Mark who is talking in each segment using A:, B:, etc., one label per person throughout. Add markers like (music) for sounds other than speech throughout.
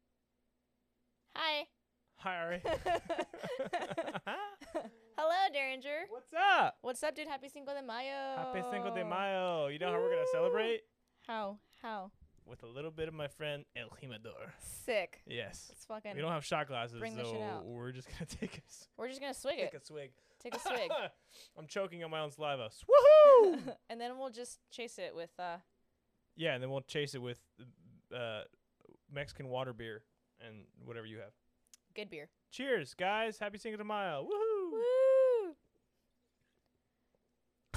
A: (laughs) Hi,
B: (laughs)
A: Ari.
B: Hello, Derringer.
A: What's up?
B: What's up, dude? Happy Cinco de Mayo.
A: Happy Cinco
B: Oh.
A: de Mayo. You know how we're going to celebrate?
B: How? How?
A: With a little bit of my friend El Jimador.
B: Sick.
A: Yes.
B: Let's fucking.
A: We don't have shot glasses,
B: Bring the shit
A: so
B: out.
A: we're just going to (laughs) take a, s-
B: We're just gonna swig
A: take
B: it.
A: a swig.
B: Take a swig.
A: (laughs) I'm choking on my own saliva. Woohoo! (laughs)
B: (laughs) and then we'll just chase it with uh
A: yeah, and then we'll chase it with uh, Mexican water beer and whatever you have.
B: good beer.
A: Cheers, guys. Happy Cinco de Mayo. Woohoo!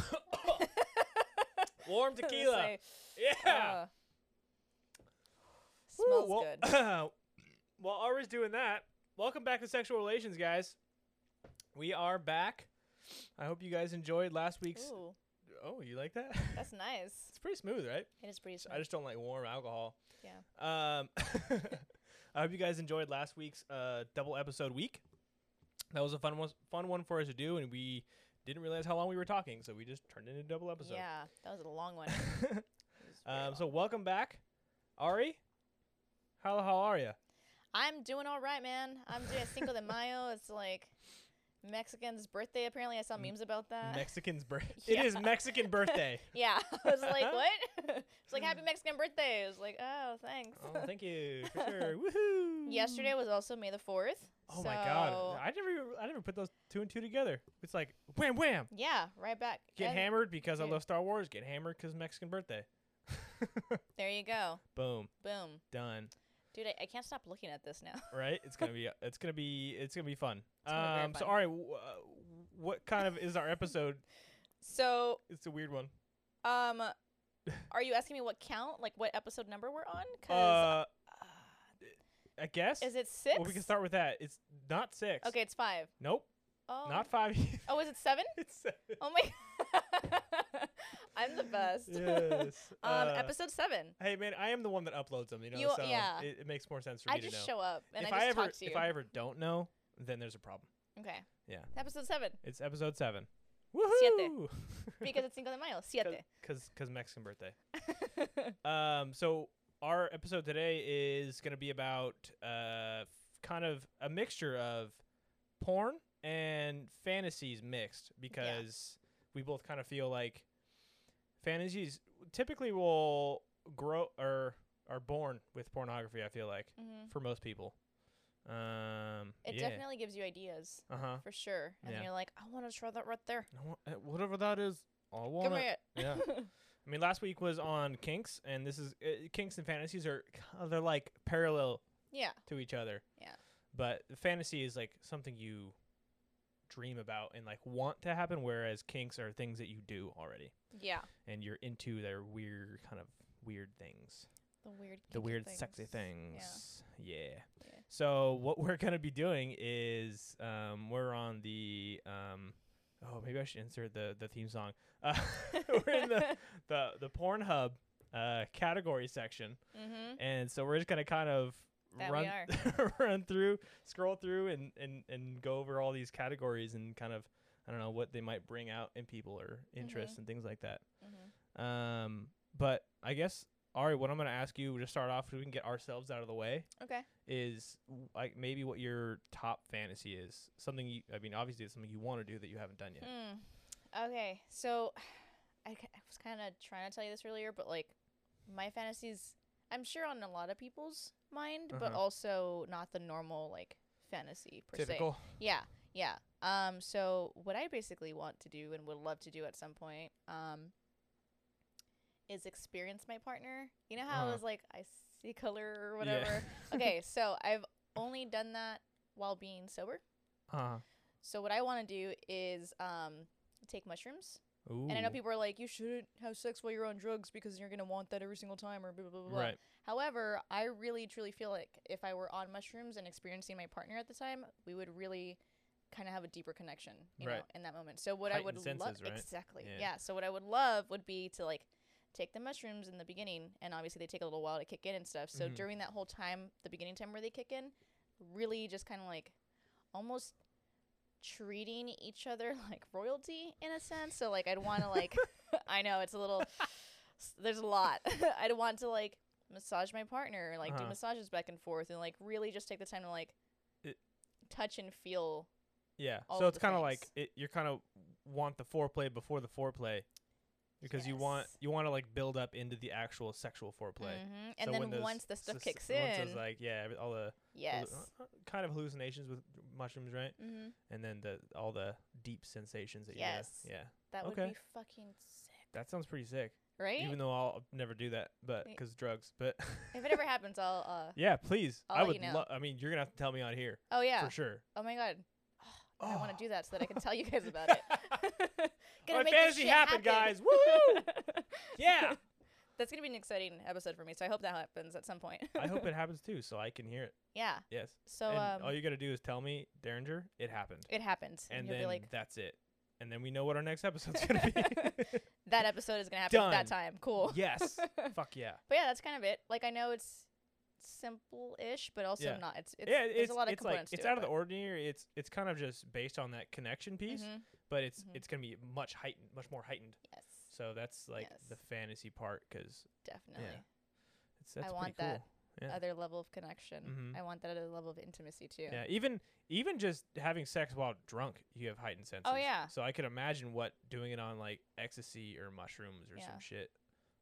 B: Woo!
A: (coughs)
B: (coughs) (laughs)
A: Warm (laughs) tequila.
B: Say,
A: Yeah.
B: uh,
A: Woo,
B: oh. smells
A: well,
B: good.
A: (laughs) (clears throat) while Ari's doing that, welcome back to Sexual Relations, guys. We are back. I hope you guys enjoyed last week's.
B: Ooh,
A: Oh, you like that?
B: that's nice.
A: (laughs) it's pretty smooth, right?
B: It is pretty.
A: I just don't like warm alcohol.
B: Yeah.
A: Um, (laughs) I hope you guys enjoyed last week's uh, double episode week. That was a fun one, fun one for us to do, and we didn't realize how long we were talking, so we just turned it into a double
B: smooth.
A: episode. (laughs)
B: Yeah, that was a long one. It was very
A: um,
B: long.
A: so welcome back, Ari. How how are you?
B: I'm doing all right, man. I'm doing Cinco de Mayo. It's like Mexican's birthday. Apparently, I saw
A: M-
B: memes about that. (laughs)
A: Mexican's birthday.
B: Uh, yeah.
A: It is
B: (laughs)
A: Mexican birthday.
B: yeah, I was
A: (laughs)
B: like, what? (laughs) it's like Happy Mexican Birthday. It was like, oh, thanks.
A: oh, thank you for sure. Woohoo!
B: (laughs) Yesterday was also May the Fourth.
A: Oh my god!
B: so-
A: I never even- I never put those two and two together. It's like wham wham.
B: Yeah, right back.
A: Get
B: And
A: hammered because I
B: yeah.
A: love Star Wars. Get hammered because Mexican birthday. (laughs)
B: There you go.
A: Boom.
B: Boom,
A: Done.
B: dude. I, I can't stop looking at this now. (laughs)
A: Right? It's gonna be. It's gonna be. It's gonna be fun.
B: gonna be very
A: um. So,
B: fun.
A: all right. W- uh, what kind of is our episode?
B: So,
A: It's a weird one. (laughs)
B: um, are you asking me what count, like what episode number we're on? 'Cause,
A: Uh,
B: uh,
A: I guess.
B: is it six?
A: Well, we can start with that. It's not six.
B: Okay, it's five.
A: Nope.
B: Oh,
A: Not five. (laughs)
B: Oh, is it seven?
A: it's seven.
B: Oh my! (laughs) I'm the best.
A: Yes.
B: (laughs) um,
A: uh,
B: episode seven.
A: Hey man, I am the one that uploads them. You know,
B: You-
A: so
B: yeah.
A: it, it makes more sense for
B: I
A: me
B: just
A: to know.
B: show up and
A: if
B: I just
A: ever
B: talk to you.
A: if I ever don't know, then there's a problem.
B: okay.
A: Yeah.
B: (laughs) Episode
A: (laughs)
B: seven
A: It's episode seven.
B: Siete.
A: Woohoo!
B: because it's Cinco de Mayo. Siete.
A: Because because Mexican birthday. Um, so our episode today is going to be about uh, f- kind of a mixture of porn and fantasies mixed because we both kind of feel like fantasies typically will grow or are born with pornography. I feel like
B: hmm
A: for most people. Um,
B: (laughs) It
A: yeah.
B: definitely gives you ideas
A: Uh huh.
B: for sure, and
A: Yeah.
B: you're like, I want to try that right there.
A: eh, Whatever that is, I want
B: Come
A: it.
B: here. (laughs)
A: Yeah. (laughs) I mean, last week was on kinks, and this is uh, kinks and fantasies are k- they're like parallel
B: yeah.
A: to each other.
B: Yeah.
A: But fantasy is like something you dream about and like want to happen, whereas kinks are things that you do already,
B: Yeah.
A: and you're into their weird kind of weird things,
B: The weird.
A: the
B: kinky
A: weird
B: things.
A: sexy things. Yeah.
B: Yeah.
A: So what we're gonna be doing is um, we're on the um, oh maybe I should insert the the theme song. Uh, (laughs) we're
B: (laughs)
A: in the the the Pornhub uh, category section,
B: mm-hmm.
A: and so we're just gonna kind of
B: That we
A: run (laughs) run through, scroll through, and and and go over all these categories and kind of I don't know what they might bring out in people or interests and things like that.
B: Mm-hmm.
A: Um, but I guess all right, what I'm gonna ask you to start off, so we can get ourselves out of the way,
B: Okay.
A: is w- like maybe what your top fantasy is. Something you, I mean, obviously it's something you want to do that you haven't done yet.
B: Mm. Okay. So, I, ki- I was kind of trying to tell you this earlier, but like, my fantasies, I'm sure on a lot of people's mind, but
A: Uh-huh.
B: also not the normal like fantasy per
A: Typical.
B: se. Yeah. Yeah. Um. So what I basically want to do and would love to do at some point, um, is experience my partner. You know how I
A: Uh-huh.
B: was like, I see color or
A: Yeah.
B: whatever.
A: (laughs)
B: okay. So I've only done that while being sober.
A: uh-huh.
B: So what I want to do is um, take mushrooms.
A: Ooh.
B: And I know people are like, you shouldn't have sex while you're on drugs because you're gonna want that every single time or blah blah blah. blah.
A: Right.
B: However, I really truly feel like if I were on mushrooms and experiencing my partner at the time, we would really kind of have a deeper connection, you know,
A: Right.
B: in that moment. So what I
A: Heightened
B: would love
A: senses, right?
B: exactly,
A: Yeah.
B: yeah. So what I would love would be to like take the mushrooms in the beginning, and obviously they take a little while to kick in and stuff. So
A: Mhm.
B: during that whole time, the beginning time where they kick in, really just kind of like almost treating each other (laughs) like royalty in a sense. So like I'd want to like I know it's a
A: (laughs)
B: little s- there's a lot. (laughs) I'd want to like massage my partner, like do
A: Uh-huh.
B: massages back and forth and like really just take the time to like
A: It-
B: touch and feel.
A: Yeah.
B: all
A: so
B: of
A: it's
B: the
A: kind of like
B: things.
A: it, you're kind of want the foreplay before the foreplay because you want
B: Yes.
A: you want to like build up into the actual sexual foreplay.
B: Mhm.
A: So
B: And
A: when
B: then
A: those-
B: once the stuff
A: so- so
B: kicks
A: once
B: in,
A: those, like yeah, every- all the hallu-
B: yes.
A: uh, kind of hallucinations with mushrooms, right?
B: hmm
A: And then the all the deep sensations that
B: Yes.
A: you get. Yeah.
B: That would
A: Okay.
B: be fucking sick,
A: That sounds pretty sick.
B: right?
A: Even though I'll never do that, but
B: Y-
A: because drugs. But (laughs)
B: if it ever happens, I'll. Uh,
A: yeah, please.
B: I'll
A: I
B: let
A: would.
B: you know.
A: lo- I mean, you're gonna have to tell me on here
B: oh yeah.
A: for sure.
B: Oh my god. I want
A: (gasps) Oh.
B: to do that so that I can tell you guys about
A: (laughs)
B: it. (laughs)
A: My
B: Gonna make this
A: fantasy
B: shit happen.
A: happen, guys. Woo!
B: (laughs)
A: yeah.
B: That's gonna be an exciting episode for me, so I hope that happens at some point.
A: I hope it happens too, so I can hear it.
B: (laughs) yeah.
A: Yes.
B: So
A: and oh,
B: um,
A: all you gotta do is tell me, Derringer, it happened,
B: it happens,
A: and
B: you'll
A: then
B: be like,
A: that's it, and then we know what our next episode's gonna be.
B: that episode is gonna happen at that time. (laughs) Cool.
A: (laughs) yes. Fuck yeah.
B: (laughs) But yeah, that's kind of it. Like I know it's simple-ish, but also
A: Yeah.
B: not. It's, it's
A: yeah,
B: there's
A: it's
B: a lot of
A: it's like
B: components
A: it's
B: to
A: out of
B: it,
A: the ordinary. It's it's kind of just based on that connection
B: but-
A: piece,
B: Mhm.
A: but it's
B: Mhm.
A: it's gonna be much heightened, much more heightened.
B: Yes,
A: So that's like the
B: Yes.
A: fantasy part because
B: definitely.
A: it's that's
B: I
A: pretty
B: want
A: cool.
B: that
A: Yeah.
B: Other level of connection.
A: Mhm.
B: I want that other level of intimacy too.
A: Yeah, even even just having sex while drunk, you have heightened senses.
B: yeah.
A: So I could imagine what doing it on like ecstasy or mushrooms or
B: Yeah.
A: some shit.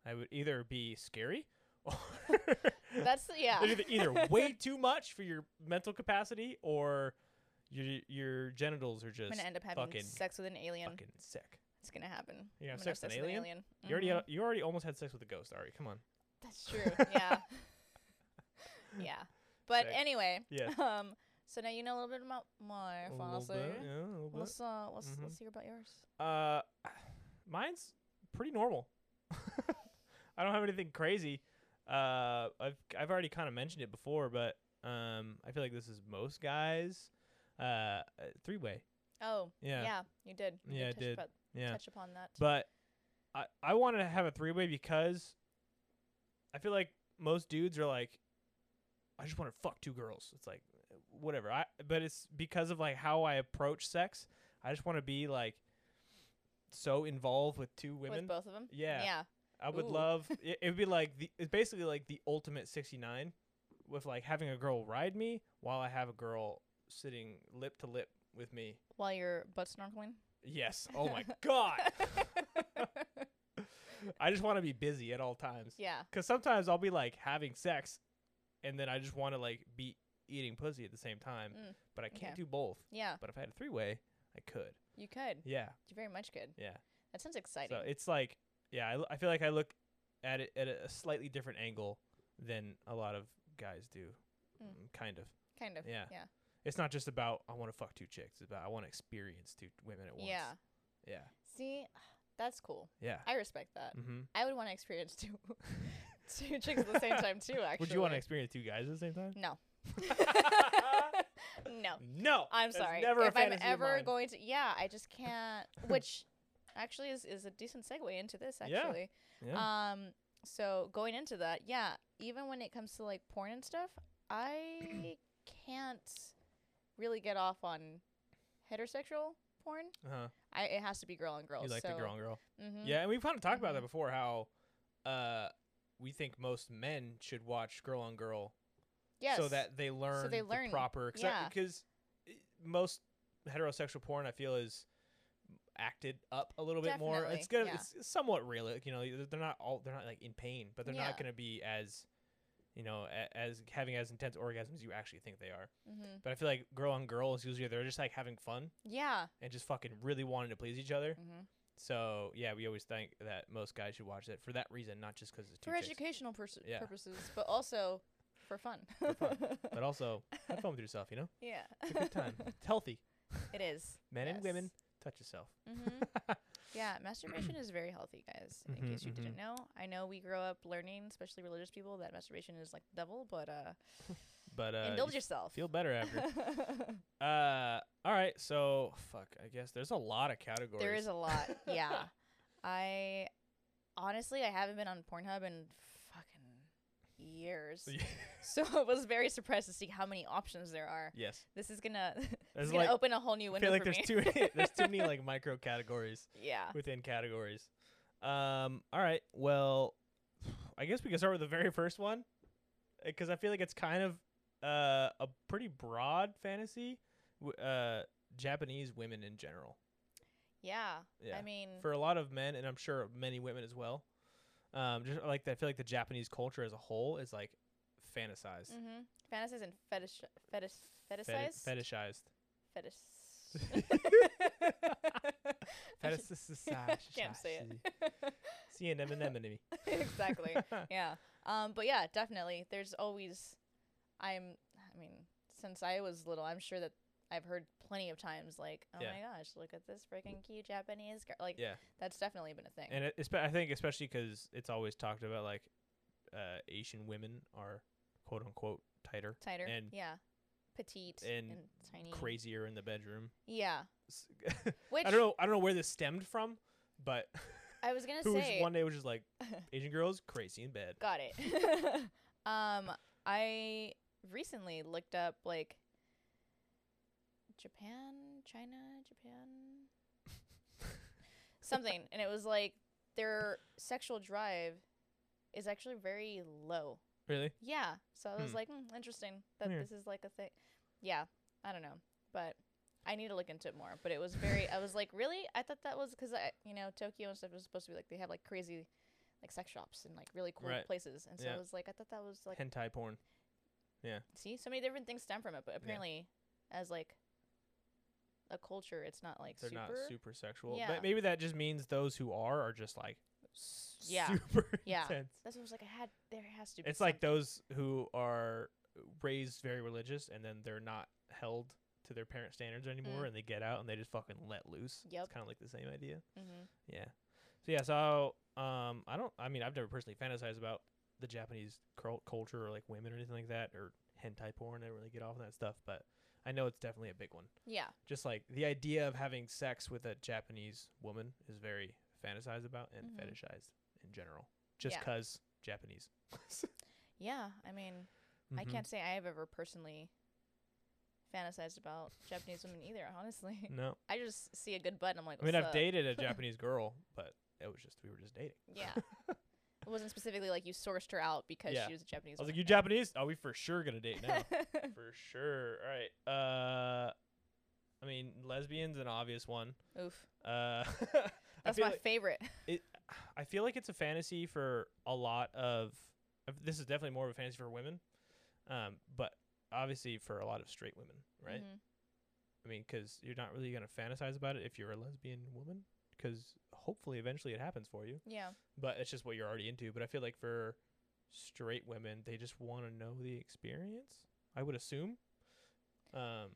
A: I would either be scary (laughs) or
B: (laughs) That's yeah.
A: there's (laughs) either- either way too much for your mental capacity or your your genitals
B: (laughs)
A: are
B: I'm
A: just
B: gonna end up having
A: fucking-
B: sex with an alien.
A: fucking sick.
B: It's gonna happen.
A: You're gonna
B: I'm
A: have sex with an alien? You already
B: Mhm.
A: al- you already almost had sex with a ghost, Ari. Come on.
B: (laughs) That's true. Yeah. (laughs) yeah. But
A: Sick.
B: anyway.
A: Yeah.
B: (laughs) Um. So now you know a little bit about my
A: A little
B: fantasy.
A: bit, yeah, a little bit.
B: Let's uh, let's
A: Mhm.
B: let's hear about yours.
A: Uh, mine's pretty normal. (laughs) I don't have anything crazy. Uh, I've I've already kind of mentioned it before, but um, I feel like this is most guys. Uh, three way.
B: Oh.
A: Yeah, yeah.
B: Yeah. You did. You
A: Yeah, I
B: touch
A: did.
B: About, Touch upon that.
A: But I I wanted to have a three way because I feel like most dudes are like, I just want to fuck two girls. It's like whatever. I but it's because of like how I approach sex. I just want to be like so involved with two women.
B: With both of them.
A: Yeah.
B: Yeah.
A: I would
B: Ooh.
A: love it, it would be like the it's basically like the ultimate 69 with like having a girl ride me while I have a girl sitting lip to lip with me.
B: While you're butt snorkeling.
A: (laughs) Yes.
B: (laughs)
A: Oh my god. I just want to be busy at all times.
B: yeah.
A: Cuz sometimes I'll be like having sex and then I just want to like be eating pussy at the same time,
B: Mm,
A: but I can't
B: okay.
A: do both.
B: Yeah.
A: But if I had a three-way, I could.
B: You could.
A: Yeah.
B: You very much could.
A: Yeah.
B: That sounds exciting.
A: So it's like, yeah, I, l- I feel like I look at it at a slightly different angle than a lot of guys do.
B: Mm.
A: Mm, Kind of.
B: kind of.
A: yeah.
B: Yeah.
A: It's not just about I want to fuck two chicks. It's about I want to experience two women at once.
B: Yeah. Uh,
A: Yeah.
B: See, that's cool.
A: Yeah.
B: I respect that.
A: Mm-hmm.
B: I would want to experience two (laughs) two chicks at the same time too. Actually.
A: (laughs) Would you want to experience two guys at the same time?
B: No. (laughs) no.
A: (laughs) No.
B: I'm
A: that's
B: sorry.
A: Never a
B: if I'm
A: fantasy of
B: ever
A: mine.
B: going to, yeah, I just can't.
A: (laughs)
B: Which actually is is a decent segue into this.
A: Yeah.
B: Actually,
A: Yeah.
B: um, so going into that, yeah, even when it comes to like porn and stuff, I
A: (clears throat)
B: can't really get off on heterosexual porn.
A: uh-huh.
B: I it has to be girl on girl.
A: You like
B: so,
A: the girl on girl.
B: hmm
A: Yeah, and we've kind of talked about that
B: Mhm.
A: before. How uh, we think most men should watch girl on girl
B: Yes.
A: so that they learn,
B: they learn,
A: the proper
B: yeah.
A: because most heterosexual porn I feel is acted up a little bit more.
B: Definitely,
A: It's gonna
B: yeah.
A: it's somewhat realistic, you know. th- They're not all they're not like in pain, but they're not
B: Yeah.
A: gonna be as you know a- as having as intense orgasms as you actually think they are.
B: hmm
A: But I feel like girl on girl is usually they're just like having fun
B: Yeah.
A: and just fucking really wanting to please each other.
B: hmm
A: So yeah, we always think that most guys should watch that for that reason, not just because it's two
B: For
A: chicks,
B: educational pers-
A: Yeah.
B: purposes, but also for fun. (laughs)
A: fun, but also have fun with yourself. You know,
B: yeah.
A: it's a good time. It's healthy.
B: (laughs) it is.
A: Men and
B: Yes.
A: women, touch yourself.
B: hmm
A: Mm-hmm.
B: Yeah, masturbation is very healthy, guys. In
A: Mhm,
B: case you didn't know, I know we grow up learning, especially religious people, that masturbation is like the devil, but uh,
A: but uh,
B: indulge
A: you
B: yourself. (laughs)
A: feel better after. uh, all right, so fuck. I guess there's a lot of categories.
B: there is a lot. Yeah, I honestly I haven't been on Pornhub in fucking years,
A: (laughs) Yeah.
B: so (laughs) I was very surprised to see how many options there are.
A: yes.
B: This is gonna (laughs) this
A: There's
B: is gonna
A: like
B: open a whole new
A: I
B: window
A: feel like
B: for
A: there's
B: me.
A: too
B: (laughs)
A: many, there's too many like micro categories
B: yeah.
A: within categories. Um. All right. Well, I guess we can start with the very first eh, one because I feel like it's kind of uh, a pretty broad fantasy, w- uh, Japanese women in general.
B: Yeah.
A: Yeah.
B: I mean,
A: for a lot of men, and I'm sure many women as well. Um, just like I feel like the Japanese culture as a whole is like fantasized,
B: mm-hmm. fantasies and fetish, fetish,
A: feti-
B: fetishized, (laughs)
A: fetishized,
B: fetish.
A: (laughs) fetishized.
B: (laughs) Can't say
A: See an enemy.
B: (laughs)
A: (laughs)
B: exactly. yeah. Um, but yeah, definitely. There's always, I'm, I mean, since I was little, I'm sure that I've heard plenty of times like, oh
A: Yeah.
B: my gosh, look at this freaking cute Japanese girl. Like,
A: Yeah.
B: that's definitely been a thing.
A: And it, espe- I think especially 'cause it's always talked about like uh, Asian women are quote unquote tighter,
B: Tighter.
A: and
B: yeah. Petite
A: and
B: and, tiny.
A: crazier in the bedroom. (laughs)
B: Yeah.
A: S-
B: Mm. Which
A: I don't know. I don't know where this stemmed from, but (laughs)
B: I was gonna
A: who was
B: say.
A: one day was
B: (laughs)
A: just like Asian girls crazy in bed.
B: Got it. (laughs) um, I recently looked up like Japan, China, Japan, something, and it was like their sexual drive is actually very low.
A: Really?
B: Yeah, so I was
A: Hmm.
B: like, mm, interesting that
A: Weird.
B: this is like a thing. Yeah, I don't know, but I need to look into it more. But it was very, I was like, really? I thought that was because I, you know, Tokyo and stuff was supposed to be like they have like crazy, like sex shops and like really cool
A: Right.
B: places, and so
A: Yeah.
B: I was like, I thought that was like,
A: Hentai porn.
B: see, so many different things stem from it, but apparently, as like a culture, it's not like
A: They're
B: super.
A: not super sexual.
B: Yeah.
A: But maybe that just means those who are are just like s-
B: Yeah.
A: super (laughs)
B: Yeah.
A: intense.
B: That's what I was like. I had there has to be.
A: It's like
B: something.
A: those who are raised very religious and then they're not held to their parent standards anymore and they get out and they just fucking let loose.
B: Mm. Yep.
A: It's kind of like the same idea.
B: Mhm.
A: Yeah. So yeah, so um I don't I mean I've never personally fantasized about the Japanese cul- culture or like women or anything like that or hentai porn. I don't really get off on that stuff, but I know it's definitely a big one.
B: Yeah.
A: Just like the idea of having sex with a Japanese woman is very fantasized about and
B: Mhm.
A: fetishized in general. Just
B: Yeah.
A: 'cause Japanese.
B: Yeah. I mean. I
A: Mhm.
B: can't say I have ever personally fantasized about Japanese women either, honestly.
A: (laughs) No.
B: (laughs) I just see a good butt and I'm like,
A: I mean,
B: "What's
A: I've
B: up?" (laughs)
A: dated a Japanese girl, but it was just we were just dating. (laughs)
B: Yeah. it wasn't specifically like you sourced her out because
A: Yeah.
B: she was a Japanese
A: I was like,
B: woman.
A: "You Japanese? Oh, we for sure gonna date
B: (laughs)
A: now, for sure." All right. Uh, I mean, lesbians an obvious one.
B: Oof.
A: Uh, (laughs) I
B: That's
A: feel
B: my
A: like,
B: favorite.
A: I feel like it's a fantasy for a lot of. of- This is definitely more of a fantasy for women, um, but obviously for a lot of straight women, (laughs) right?
B: Mhm.
A: I mean, 'cause you're not really gonna fantasize about it if you're a lesbian woman, 'cause hopefully eventually it happens for you.
B: Yeah.
A: but it's just what you're already into. But I feel like for straight women, they just want to know the experience. I would assume. Um,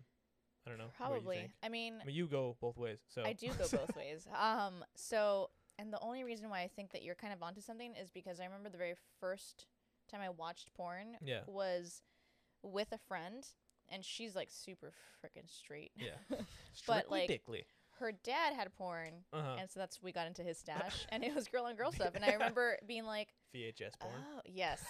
A: I don't know. What do you
B: Probably.
A: think?
B: I mean,
A: I mean, you go both ways. So
B: I do go
A: (laughs)
B: both ways. Um, so, and the only reason why I think that you're kind of onto something is because I remember the very first time I watched porn
A: yeah.
B: was with a friend, and she's like super freaking straight. (laughs)
A: Yeah.
B: like,
A: Strictly
B: Her dad had porn,
A: dickly. Uh-huh.
B: and so that's we got into his
A: (laughs)
B: stash and it was girl on girl stuff and i remember being like
A: VHS
B: oh
A: porn. (laughs)
B: yes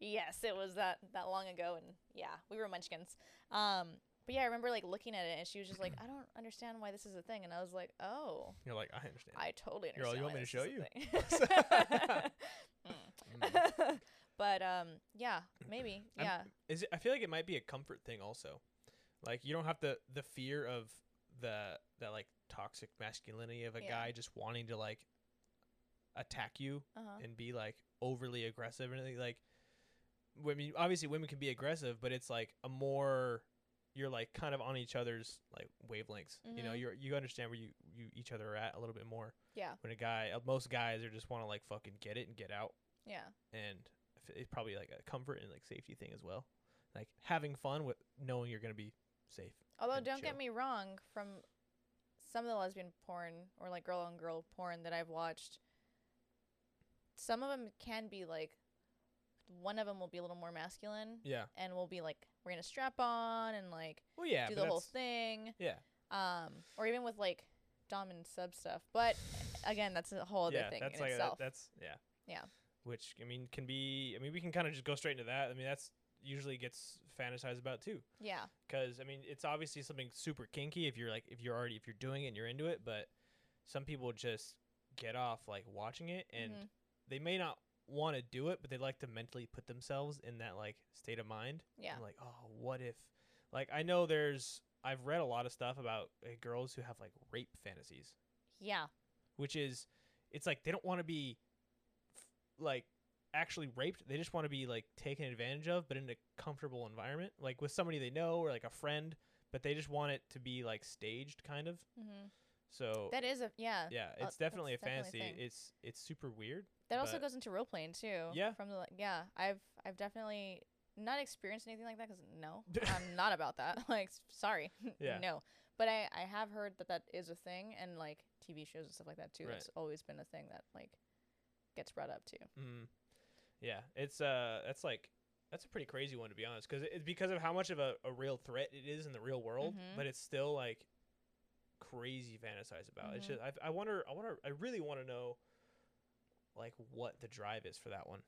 B: yes it was that that long ago and yeah we were munchkins um but yeah i remember like looking at it and she was
A: (clears throat)
B: just like i don't understand why this is a thing and i was like oh
A: You're like, I understand.
B: i totally understand
A: You're all, "You
B: why
A: want me
B: this
A: to
B: is a
A: show (laughs)
B: thing." (laughs)
A: Mm.
B: Mm. (laughs) but um yeah maybe
A: I'm-
B: yeah
A: Is it, I feel like it might be a comfort thing also. Like you don't have the the fear of the that like toxic masculinity of a
B: Yeah.
A: guy just wanting to like attack you
B: uh-huh.
A: and be like overly aggressive or anything like women obviously women can be aggressive but it's like a more you're like kind of on each other's like wavelengths you know
B: Mhm.
A: you're you understand where you you each other are at a little bit more
B: Yeah.
A: when a guy uh, most guys are just want to like fucking get it and get out
B: yeah
A: and I f- it's probably like a comfort and like safety thing as well like having fun with knowing you're gonna be safe
B: Although,
A: and
B: don't
A: chill.
B: get me wrong, from some of the lesbian porn or like girl on girl porn that I've watched, some of them can be like, one of them will be a little more masculine
A: yeah
B: and will be like, we're gonna strap on and like
A: well yeah
B: do
A: but
B: the whole
A: that's-
B: thing.
A: yeah.
B: Um, or even with like dom and sub stuff. But again, that's a whole other
A: yeah,
B: thing
A: That's
B: in
A: like a-
B: itself.
A: that's yeah.
B: Yeah.
A: Which I mean can be. I mean we can kind of just go straight into that. I mean that's usually gets fantasized about too.
B: yeah.
A: 'Cause I mean it's obviously something super kinky if you're like if you're already if you're doing it and you're into it, but some people just get off like watching it and
B: Mhm.
A: they may not want to do it, but they like to mentally put themselves in that like state of mind.
B: Yeah.
A: and, like oh what if like I know there's I've read a lot of stuff about uh, girls who have like rape fantasies,
B: Yeah.
A: which is it's like they don't want to be f- like actually raped. They just want to be like taken advantage of, but in a comfortable environment, like with somebody they know or like a friend. But they just want it to be like staged, kind of.
B: hmm
A: So
B: That is a yeah.
A: yeah,
B: uh,
A: it's definitely
B: that's definitely
A: a fantasy.
B: a thing.
A: it's it's super weird.
B: That also
A: but-
B: goes into role playing too.
A: Yeah.
B: From the like, yeah, I've I've definitely not experienced anything like that because
A: (laughs)
B: no, I'm not about that. (laughs) Like, s- sorry,
A: Yeah.
B: no. But I I have heard that that is a thing, and like TV shows and stuff like that too.
A: Right.
B: It's always been a thing that like gets brought up too.
A: Mm. Yeah, it's uh, that's like that's a pretty crazy one to be honest, because it's because of how much of a, a real threat it is in the real world,
B: Mhm.
A: but it's still like crazy fantasize about. It's
B: Mhm.
A: just I, I wonder, I wonder, I really want to know like what the drive is for that one,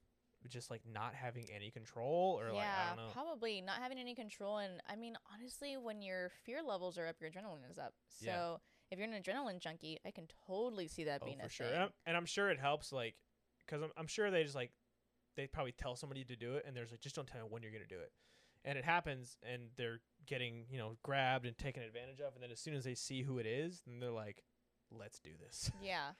A: just like not having any control or like I don't know.
B: probably not having any control. And I mean, honestly, when your fear levels are up, your adrenaline is up. So
A: Yeah.
B: if you're an adrenaline junkie, I can totally see that being
A: oh,
B: a
A: for sure,
B: thing.
A: and I'm, and I'm sure it helps, like, because I'm I'm sure they just like they probably tell somebody to do it, and there's like just don't tell me when you're gonna do it, and it happens, and they're getting you know grabbed and taken advantage of, and then as soon as they see who it is, then they're like, let's do this. (laughs)
B: Yeah.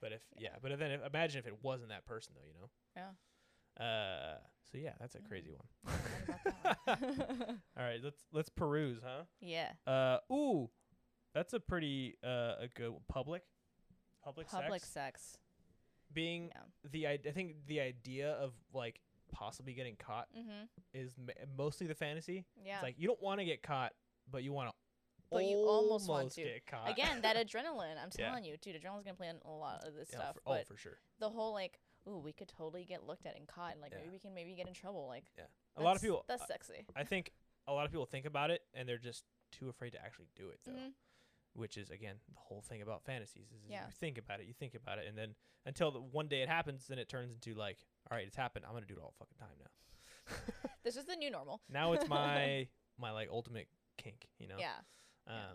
A: But if yeah, but then if, imagine if it wasn't that person though, you know.
B: Yeah.
A: Uh, so yeah, that's a
B: Mm.
A: crazy one.
B: I forgot about that one.
A: (laughs) All right, let's let's peruse, huh?
B: (laughs) yeah.
A: Uh, ooh, that's a pretty uh a good one. public, public,
B: Public
A: sex
B: sex.
A: being
B: Yeah.
A: the I, I think the idea of like possibly getting caught
B: Mm-hmm.
A: is m- mostly the fantasy.
B: Yeah.
A: It's like you don't want to get caught, but you want to.
B: But you almost want to.
A: get caught
B: Again,
A: (laughs)
B: that adrenaline. I'm
A: Yeah.
B: telling you, dude, adrenaline's gonna play on a lot of this
A: (laughs) Yeah,
B: stuff.
A: for- oh,
B: but
A: for sure.
B: the whole like, ooh, we could totally get looked at and caught, and like
A: Yeah.
B: maybe we can maybe get in trouble. Like
A: A lot
B: that's-
A: of people. uh,
B: That's sexy.
A: I think a lot of people think about it and they're just too afraid to actually do it though.
B: Mhm.
A: Which is again the whole thing about fantasies is
B: Yeah.
A: you think about it, you think about it, and then until the one day it happens, then it turns into like, all right, it's happened. I'm gonna do it all fucking time now. (laughs)
B: This is the new normal. (laughs)
A: now it's my my like ultimate kink, you know.
B: Yeah.
A: Um,
B: yeah.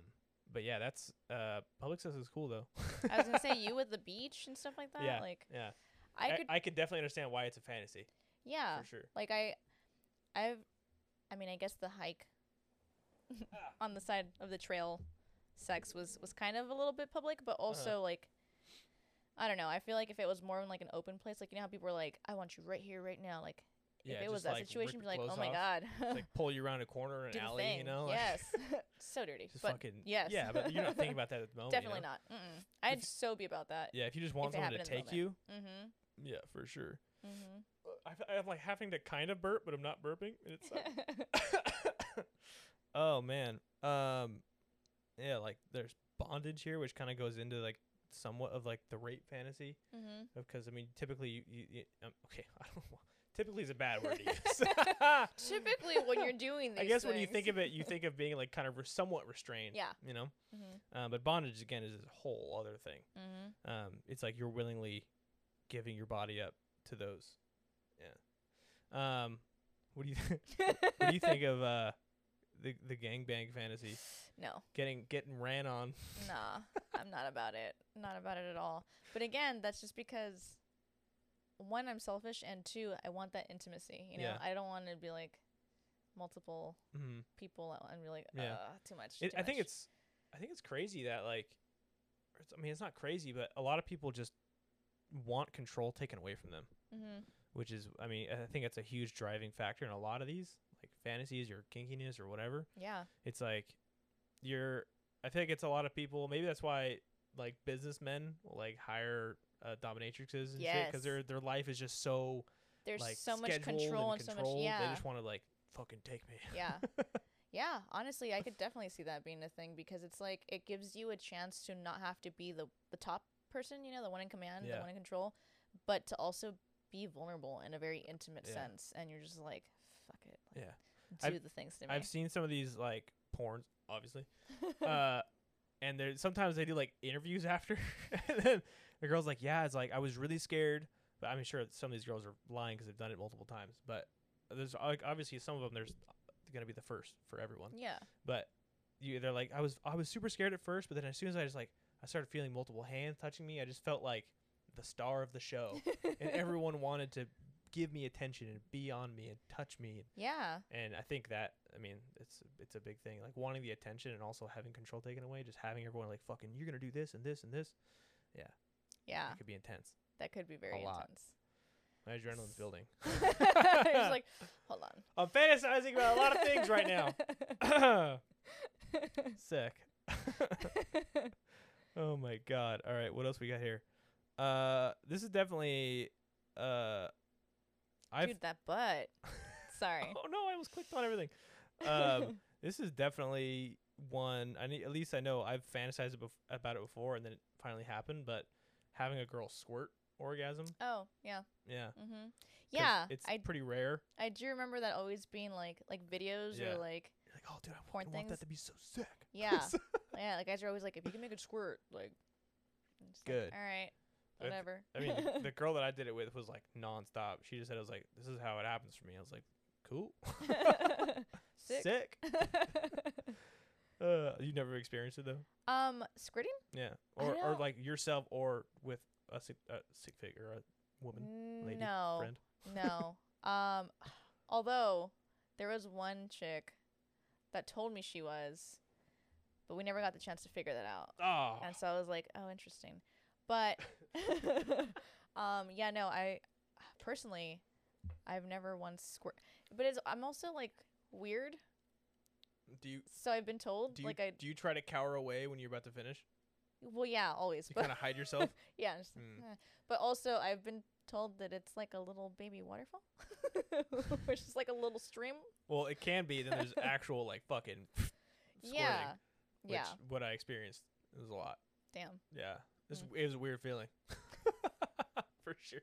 A: but yeah, that's uh, public sex is cool though.
B: I was gonna say
A: (laughs)
B: you with the beach and stuff like that.
A: Yeah.
B: Like
A: yeah,
B: I, could.
A: I, could definitely understand why it's a fantasy
B: yeah.
A: for sure.
B: Like I, I've, I mean, I guess the hike
A: Ah.
B: (laughs) on the side of the trail, sex was was kind of a little bit public, but
A: Uh-huh.
B: also like, I don't know. I feel like if it was more in like an open place, like you know how people were like, "I want you right here, right now." Like
A: Yeah,
B: if it
A: just,
B: was that
A: like,
B: situation,
A: rip
B: be
A: your
B: like, "Oh
A: clothes
B: my
A: off,
B: god, (laughs)
A: just, like pull you around a corner in an
B: do the
A: alley,
B: thing."
A: you know? like- (laughs)
B: yes, so dirty,
A: Just
B: but
A: fucking
B: yes,
A: Yeah, but you're not thinking about that at
B: (laughs)
A: the moment. you
B: Definitely
A: know?
B: not. Mm-mm. I'd
A: If-
B: so be about that.
A: Yeah, if you just want
B: it
A: someone to
B: happened in the
A: take you.
B: Mm-hmm.
A: Yeah, for sure. Uh,
B: Mm-hmm.
A: I, f- I'm like having to kind of burp, but I'm not burping, and
B: (laughs)
A: it's oh man. Um, yeah, like there's bondage here, which kind of goes into like somewhat of like the rape fantasy.
B: mm-hmm.
A: because I mean, typically you, you, you um, okay. (laughs) I don't wa- typically is a bad word
B: (laughs)
A: to use. (laughs)
B: Typically, when you're doing these,
A: I guess when you think
B: things-
A: of it, you think of being like kind of re- somewhat restrained.
B: Yeah.
A: You know,
B: Mhm.
A: um, but bondage again is a whole other thing.
B: Mhm.
A: Um, it's like you're willingly giving your body up to those. Yeah. Um, what do you (laughs) what do you think of uh the the gangbang fantasy?
B: (laughs) No,
A: Getting getting ran on.
B: nah, I'm not about it. Not about it at all. But again, that's just because one, I'm selfish, and two, I want that intimacy. You know,
A: Yeah.
B: I don't want to be like multiple
A: Mm-hmm.
B: people at- and be like,
A: Yeah.
B: "Ugh, too much.
A: It,
B: too
A: I think
B: much."
A: it's, I think it's crazy that like, or it's, I mean, it's not crazy, but a lot of people just want control taken away from them,
B: Mhm.
A: which is, I mean, I think it's a huge driving factor in a lot of these like fantasies or kinkiness or whatever.
B: yeah,
A: It's like you're, I think it's a lot of people. Maybe that's why like businessmen will, like hire uh, dominatrixes and shit
B: Yes.
A: because their their life is just so
B: there's
A: like
B: so much
A: scheduled
B: control
A: and
B: and,
A: controlled.
B: so much.
A: They
B: Yeah,
A: just (laughs) want to like fucking take me.
B: yeah, yeah. Honestly, I could definitely see that being a thing because it's like it gives you a chance to not have to be the the top person, you know, the one in command,
A: Yeah.
B: the one in control, but to also be vulnerable in a very intimate
A: Yeah.
B: sense, and you're just like, fuck it, like,
A: Yeah.
B: do
A: I've-
B: the things to me.
A: I've seen some of these like porns, obviously.
B: (laughs)
A: uh, and there sometimes they do like interviews after, (laughs) and then the girl's like, "Yeah, it's like I was really scared." But I'm sure some of these girls are lying because they've done it multiple times. But there's like obviously some of them there's gonna be the first for everyone.
B: yeah,
A: But you they're like, I was I was super scared at first, but then as soon as I just like I started feeling multiple hands touching me, I just felt like the star of the show,
B: (laughs)
A: and everyone wanted to give me attention and be on me and touch me
B: yeah,
A: and I think that I mean, it's it's a big thing. Like wanting the attention and also having control taken away, just having everyone like fucking you're gonna do this and this and this.
B: Yeah,
A: It could be intense.
B: that could be very
A: lot.
B: intense. (laughs)
A: My adrenaline's building.
B: You're just like, hold on.
A: (laughs) I'm fantasizing about a lot of things right
B: (laughs)
A: now. Sick. (laughs) oh my god. All right, what else we got here? Uh this is definitely uh (laughs) I've
B: Dude, that butt. Sorry.
A: Oh no, I almost clicked on everything. Um this is definitely one I need at least I know I've fantasized abef- about it before and then it finally happened, but having a girl squirt orgasm.
B: (laughs) oh yeah.
A: Yeah. 'cause
B: Mm-hmm. Yeah,
A: It's
B: I
A: pretty rare.
B: I do remember that always being like like videos
A: Yeah.
B: or like
A: You're like, "Oh dude, I
B: Porn
A: fucking want
B: things?
A: that to be so sick." (laughs)
B: yeah yeah like guys are always like if you can make it squirt like. I'm just like,
A: Good.
B: All right.
A: I th-
B: Whatever.
A: I mean, (laughs) the- the girl that I did it with was like nonstop. She just said, "I was like, this is how it happens for me." I was like, "Cool,
B: (laughs)
A: (laughs)
B: Sick.
A: sick." Uh, you never experienced it though,
B: um, squirting?
A: yeah,
B: I
A: or or
B: don't-
A: like yourself or with a sick, a sick fig or a woman lady
B: no,
A: friend.
B: no. Um, although there was one chick that told me she was, but we never got the chance to figure that out.
A: Oh,
B: And so I was like, oh, interesting. But (laughs) um, yeah, no, I personally, I've never once squirt. But it's, I'm also like weird,
A: do you
B: so I've been told.
A: do you
B: like I,
A: do you try to cower away when you're about to finish?
B: well, yeah, always.
A: You
B: But
A: kind of
B: (laughs)
A: hide yourself.
B: yeah, I'm just like,
A: Mm.
B: "Eh." but also I've been told that it's like a little baby waterfall, (laughs) which is like a little stream.
A: well, it can be. Then there's actual like fucking squirting,
B: Yeah,
A: which
B: yeah.
A: what I experienced it was a lot.
B: Damn. Mm.
A: Yeah. It's, It was a weird feeling. (laughs) For sure.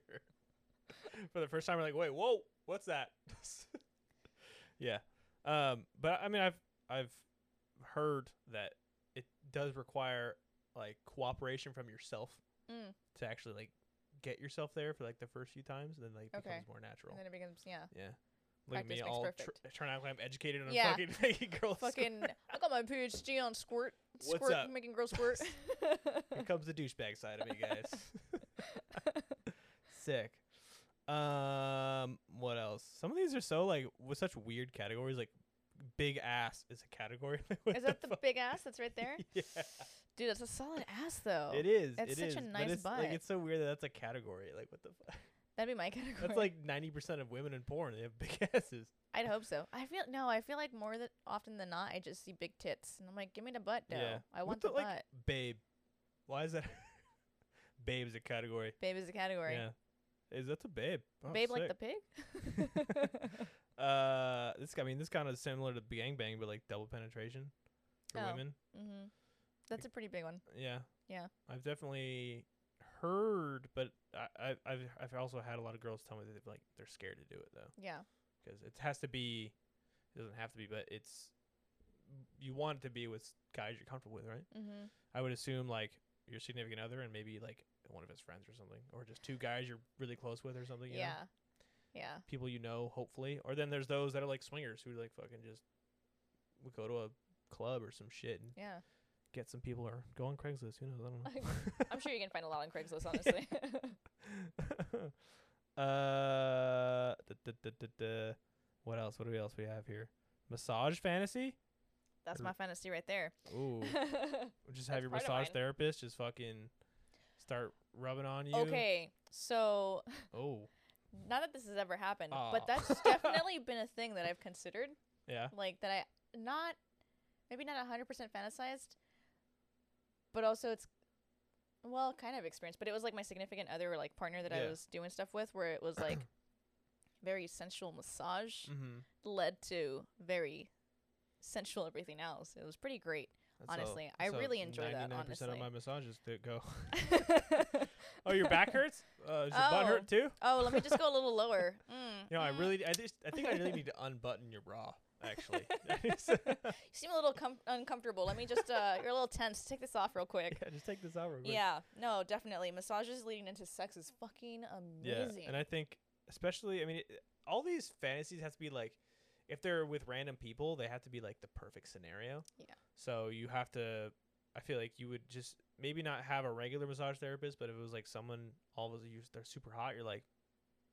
A: For the first time, we're like, wait, whoa, what's that? (laughs) yeah. Um, but I mean, I've, I've heard that it does require like cooperation from yourself
B: Mm.
A: to actually like get yourself there for like the first few times, and then like
B: Okay.
A: becomes more natural.
B: And then it becomes
A: (laughs)
B: yeah,
A: yeah. Look at
B: practice
A: me
B: makes
A: all tr-
B: perfect.
A: trying to act like I'm educated and
B: Yeah.
A: I'm fucking (laughs) making girls.
B: fucking. I got my PhD on squirt.
A: What's
B: squirt
A: up?
B: making girls
A: (laughs)
B: squirt.
A: Here comes the douchebag side of me, guys. (laughs) Sick. Um, what else? Some of these are so like with such weird categories. Like, big ass is a category. (laughs) Like, what
B: is that the
A: fuck?
B: big ass that's right there?
A: (laughs) Yeah,
B: Dude, that's a solid ass though.
A: it is.
B: Oh, It's
A: it
B: such a
A: is, but
B: nice
A: it's,
B: butt.
A: Like, it's so weird that that's a category. Like, what the fuck?
B: That'd be my (laughs) category.
A: That's like ninety percent of women in porn. They have big (laughs) asses.
B: I'd hope so. I feel no. I feel like more that often than not, I just see big tits, and I'm like, give me the butt, though.
A: Yeah.
B: I
A: What
B: want
A: the,
B: the,
A: like,
B: butt.
A: Babe, why is that? (laughs) babe is a category.
B: Babe is the category.
A: Yeah, is that's a babe? Oh,
B: Babe
A: sick.
B: like the pig. (laughs)
A: Uh, this I mean, this kind of similar to gang bang, but like double penetration for
B: Oh.
A: women.
B: hmm That's a pretty big one.
A: Yeah.
B: Yeah.
A: I've definitely heard, but I, I, I've I've also had a lot of girls tell me that they've, like they're scared to do it though,
B: Yeah.
A: because it has to be. It doesn't have to be, but it's you want it to be with guys you're comfortable with, right?
B: Mm-hmm.
A: I would assume like your significant other and maybe like one of his friends or something, or just two guys you're really close with or something. you know?
B: Yeah. Yeah.
A: people you know, hopefully. Or then there's those that are like swingers who like fucking just would go to a club or some shit and
B: Yeah.
A: (laughs) get some people or go on Craigslist. Who knows? I
B: I'm sure you can find a lot on Craigslist, honestly. (laughs)
A: don't know. (laughs) uh, da, da, da, da, da. what else? What do we else we have here? Massage fantasy.
B: That's
A: Or-
B: my fantasy right there. (laughs)
A: Ooh, just
B: That's
A: have your
B: part of
A: massage
B: mine.
A: therapist just fucking start rubbing on you.
B: okay. So,
A: Oh,
B: not that this has ever happened, but
A: Aw.
B: that's definitely been a thing that I've considered.
A: yeah.
B: like that I not maybe not 100% fantasized but also it's well kind of experienced but it was like my significant other or like partner that I
A: Yeah.
B: was doing stuff with where it was
A: (clears throat)
B: like very sensual massage
A: Mm-hmm.
B: led to very sensual everything else it was pretty
A: (laughs)
B: great Honestly, I really enjoy that,
A: of
B: honestly.
A: my massages that go. (laughs)
B: oh
A: Oh, your
B: (laughs)
A: back hurts? Uh, does your butt
B: Oh.
A: hurt too?
B: let me just go a little
A: (laughs)
B: lower mm,
A: You know, I
B: mm.
A: really, I just, I think I really need (laughs) to unbutton your bra. Actually, (laughs) yeah,
B: you seem a little com- uncomfortable let me just uh you're a little tense take this off real
A: (laughs)
B: quick
A: just take this out real quick.
B: Yeah, no, definitely. Massages leading into sex is fucking
A: yeah.
B: amazing.
A: And I think, especially, I mean, it, all these fantasies have to be like, if they're with random people, they have to be like the perfect scenario.
B: Yeah.
A: So you have to, I feel like you would just maybe not have a regular massage therapist, but if it was like (laughs) someone all of a sudden you- they're super hot, you're like,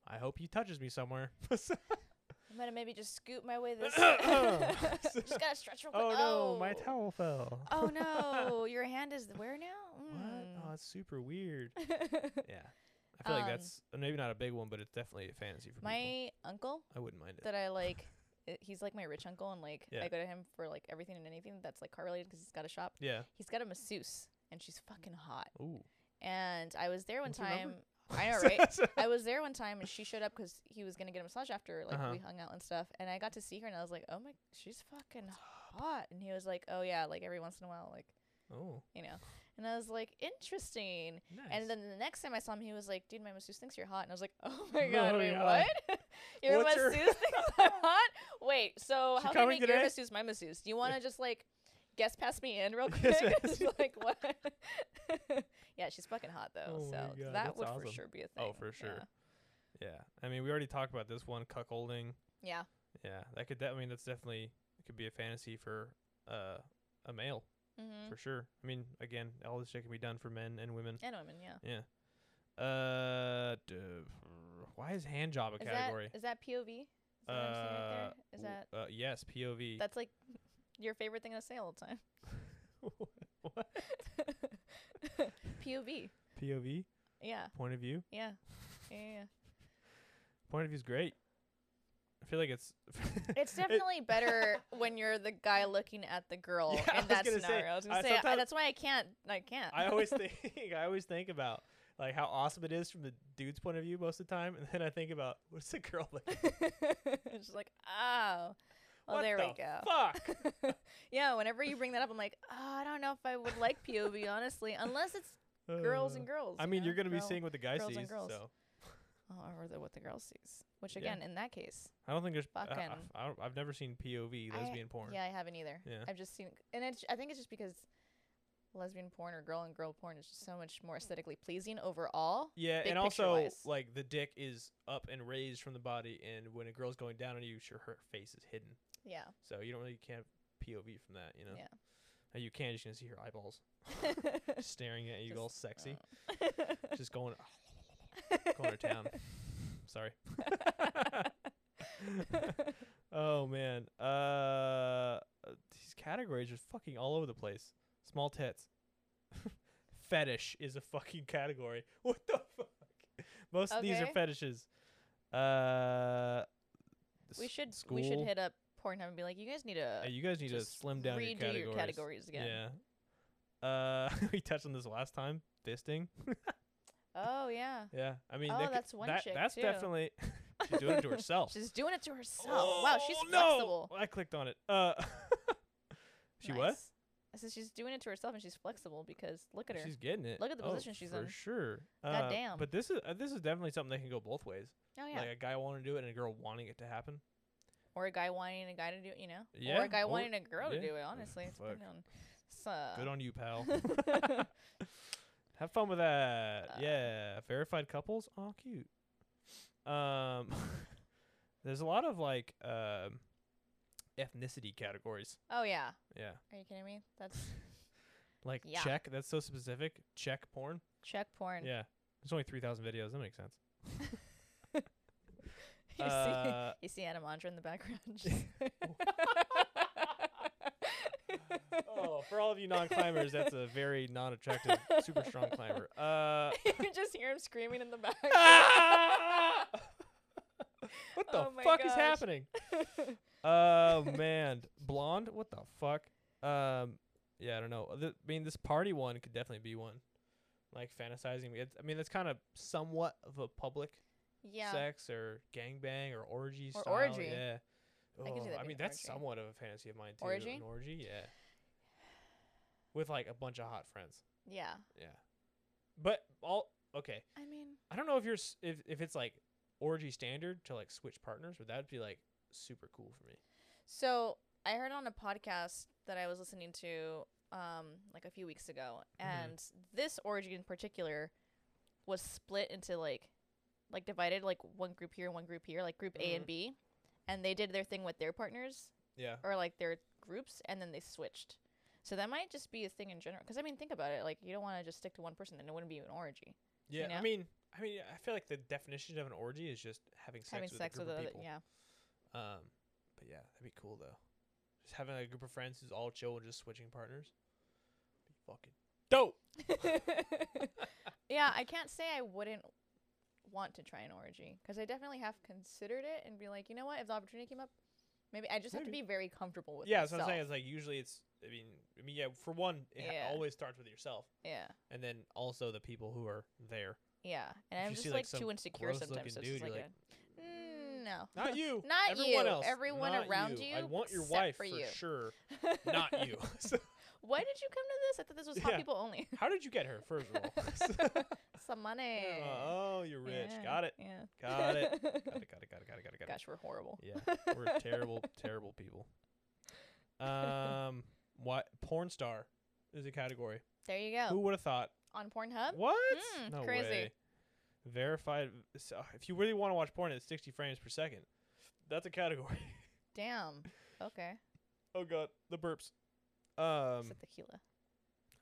A: I hope he touches me somewhere.
B: I'm gonna maybe just scoot my way this. (laughs) just gotta stretch real quick.
A: Oh, no, my
B: Oh.
A: towel fell. (laughs)
B: Oh no, your hand is where now?
A: What? Oh, it's super weird.
B: (laughs) Mm.
A: Yeah. I feel like
B: Um,
A: that's uh, maybe not a big one, but it's definitely a fantasy for people.
B: my uncle
A: I wouldn't mind it.
B: that I like, i- he's like my rich uncle, and like
A: Yeah.
B: I go to him for like everything and anything that's like car related because he's got a shop.
A: yeah.
B: He's got a masseuse, and she's fucking hot.
A: Ooh.
B: And I was there one
A: What's her number?
B: time. I
A: (laughs)
B: know, right?
A: So-
B: I was there one time, and she showed up because he was gonna get a massage after. Like
A: Uh-huh.
B: we hung out and stuff, and I got to see her, and I was like, oh my, she's fucking hot. And he was like, oh yeah, like every once in a while, like
A: oh.
B: you know. And I was like, interesting.
A: Nice.
B: And then the next time I saw him, he was like, "Dude, my masseuse thinks you're hot," and I was like, "Oh my
A: (laughs)
B: god,
A: Oh,
B: wait,
A: yeah.
B: what? (laughs) your
A: What's your-
B: masseuse
A: (laughs)
B: thinks I'm hot? Wait, so
A: She
B: how can I
A: coming
B: make your
A: today?
B: masseuse my masseuse? Do you want to just like guess past me in real quick? (laughs)
A: (laughs) Yes, yes.
B: It's like what? (laughs) yeah, she's fucking hot though,
A: Oh
B: so
A: my God,
B: that
A: that's
B: would for
A: awesome.
B: sure be a thing.
A: Oh, for sure. Yeah. I mean, we already talked about this one cuckolding.
B: Yeah.
A: Yeah. That could. That, I mean, that's definitely it could be a fantasy for uh, a male
B: yeah. Mm-hmm.
A: for sure. I mean, again, all this shit can be done for men and women.
B: And women, yeah.
A: Uh, d- why is hand job a
B: Is
A: category?
B: that is that POV? Is that what I'm seeing right there? Is
A: w-
B: that
A: uh, yes POV? (laughs)
B: that's like (laughs) your favorite thing to say all the time?
A: what
B: (laughs) POV.
A: POV?
B: Yeah.
A: Point of view?
B: Yeah. Yeah. yeah, yeah.
A: Point of view's great. I feel like it's. (laughs)
B: It's
A: it-
B: definitely better when you're the guy looking at the girl
A: Yeah, I
B: in
A: was
B: that
A: gonna say,
B: scenario. I was gonna
A: I
B: say I,
A: sometimes-
B: that's why I can't. I can't. (laughs)
A: I always think I always think about like how awesome it is from the dude's point of view most of the time, and then I think about (laughs) what's the girl like?
B: it's just like, oh, well,
A: what
B: there
A: the
B: we go.
A: Fuck.
B: (laughs) yeah, whenever you bring that up, I'm like, oh, I don't know if I would like POV, honestly, unless
A: (laughs)
B: it's girls and
A: Uh,
B: girls.
A: I
B: you
A: mean,
B: know?
A: you're gonna be
B: Girl-
A: seeing what the guy
B: girls and
A: sees,
B: girls.
A: so
B: oh, or the, what the girl sees. Which
A: Yeah.
B: again, in that case,
A: I don't think there's. I- I-
B: Fucking-
A: I, don't, I've never seen POV
B: I-
A: lesbian porn.
B: yeah, I haven't either.
A: Yeah.
B: I've just seen, and it's, I think it's just because lesbian porn or girl and girl porn is just so much more aesthetically pleasing overall.
A: Yeah,
B: big
A: and also
B: picture-wise.
A: like the dick is up and raised from the body, and when a girl's going down on you, sure her face is hidden,
B: Yeah.
A: so you don't really can't POV from that, you know.
B: Yeah.
A: Uh, You can just gonna see her eyeballs staring at you,
B: Just, (laughs)
A: all (laughs) sexy,
B: Oh. (laughs)
A: just going "Oh, going to town. Sorry. oh man, uh, these categories are fucking all over the place. Small tits, (laughs) fetish is a fucking category. (laughs) What the fuck? Most of these are
B: Okay.
A: fetishes. Uh,
B: we
A: s-
B: should we should
A: school.
B: hit up Pornhub and be like, you guys need
A: Hey,
B: to
A: you guys need to
B: just
A: slim down your
B: redo
A: categories.
B: your categories again.
A: Yeah. Uh, (laughs) we touched on this last time. Fisting.
B: Oh yeah,
A: Yeah. I mean,
B: Oh,
A: that could-
B: that's one
A: that-
B: chick,
A: That's
B: too.
A: definitely. (laughs) she's doing it to
B: (laughs)
A: herself.
B: she's doing it to herself. wow, she's flexible.
A: Oh, No! I clicked on it. Uh, (laughs) she what?
B: Nice. I said she's doing it to herself and she's flexible because look at her.
A: She's getting it.
B: Look at the
A: Oh,
B: position she's
A: for
B: in.
A: sure.
B: God
A: Uh,
B: damn.
A: But this is uh, this is definitely something that can go both ways.
B: oh yeah,
A: Like a guy wanting to do it and a girl wanting it to happen.
B: or a guy wanting a guy to do it, you know, or
A: Yeah,
B: a guy
A: or-
B: wanting a girl
A: yeah.
B: to do it. Honestly, it's
A: Fuck.
B: putting on. So
A: Good on you,
B: (laughs)
A: pal. (laughs) Have fun with that.
B: Uh,
A: yeah, verified couples. Oh, cute. Um, (laughs) there's a lot of like um, ethnicity categories.
B: oh yeah,
A: Yeah,
B: are you kidding me? That's
A: like
B: Yeah.
A: Czech. That's so specific. Czech porn.
B: check porn.
A: Yeah, there's only three thousand videos. That makes (laughs) sense.
B: (laughs) You see,
A: Uh,
B: you see Adamandra in the background.
A: (laughs)
B: (laughs)
A: (laughs) oh, for all of you non-climbers, that's a very non-attractive, super strong (laughs) climber. Uh,
B: you just hear him screaming
A: (laughs)
B: in the back.
A: Ah! what the
B: Oh my
A: fuck is
B: gosh.
A: happening? (laughs) Oh man, blonde. What the fuck? Um, yeah, I don't know. Th- I mean, this party one could definitely be one. Like fantasizing. It's, I mean, that's kind of somewhat of a public
B: (laughs) yeah.
A: sex or gangbang or orgy
B: Or
A: style.
B: orgy.
A: Yeah.
B: I can see
A: Oh,
B: that
A: I
B: being
A: mean,
B: an
A: that's
B: orgy.
A: somewhat of a fantasy of mine too.
B: Orgy?
A: An orgy, yeah. With like a bunch of hot friends.
B: Yeah.
A: Yeah. But all okay.
B: I mean,
A: I don't know if you're s- if if it's like orgy standard to like switch partners, but that'd be like super cool for me.
B: so I heard on a podcast that I was listening to um like a few weeks ago
A: Mhm.
B: and this orgy in particular was split into like like divided like one group here and one group here, like group A and
A: Mhm.
B: B. And they did their thing with their partners
A: Yeah.
B: or like their groups and then they switched. So that might just be a thing in general. Because I mean, think about it. Like you don't want to just stick to one person, then it wouldn't be an orgy.
A: Yeah. I
B: know?
A: mean, I mean, I feel like the definition of an orgy is just having sex
B: Having
A: with
B: sex
A: a group
B: with
A: of
B: other,
A: people.
B: yeah,
A: Um, but yeah, that'd be cool though. Just having a group of friends who's all chill and just switching partners. Be fucking dope.
B: (laughs) yeah, I can't say I wouldn't want to try an orgy because I definitely have considered it and be like, you know what, if the opportunity came up, maybe I just have to
A: Maybe.
B: be very comfortable with
A: yeah, that's
B: myself.
A: what I'm saying. It's like usually it's. I mean, I mean, yeah. For one, it ha-
B: Yeah.
A: always starts with yourself,
B: yeah,
A: and then also the people who are there.
B: yeah, and
A: If
B: I'm
A: you
B: just
A: see, like,
B: like,
A: some
B: too insecure
A: gross-looking
B: sometimes. So it's
A: dude,
B: just like,
A: you're
B: a, "Mm, no,
A: Not you.
B: (laughs) Not
A: everyone
B: you,
A: Else.
B: everyone
A: Not
B: around
A: you.
B: you,
A: I want your
B: except
A: wife
B: for
A: for,
B: you. (laughs)
A: sure. Not you. (laughs) So,
B: Why did you come to this? I thought this was hot
A: Yeah.
B: people
A: (laughs)
B: only. (laughs)
A: how did you get her? First of all. (laughs)
B: Some money.
A: oh, you're rich.
B: Yeah,
A: Got it.
B: Yeah. (laughs)
A: Got it. Got it. Got it. Got it. Got it. Got it. Got it.
B: Gosh, we're horrible.
A: Yeah, we're
B: (laughs)
A: terrible, terrible people. Um, what porn star is a category?
B: There you go.
A: Who would have thought?
B: On Pornhub.
A: What?
B: Mm,
A: no
B: Oh. crazy.
A: way. Verified. So if you really want to watch porn at 60 frames per second, that's a category. (laughs)
B: Damn. Okay.
A: oh god, the burps. Um,
B: it's like tequila.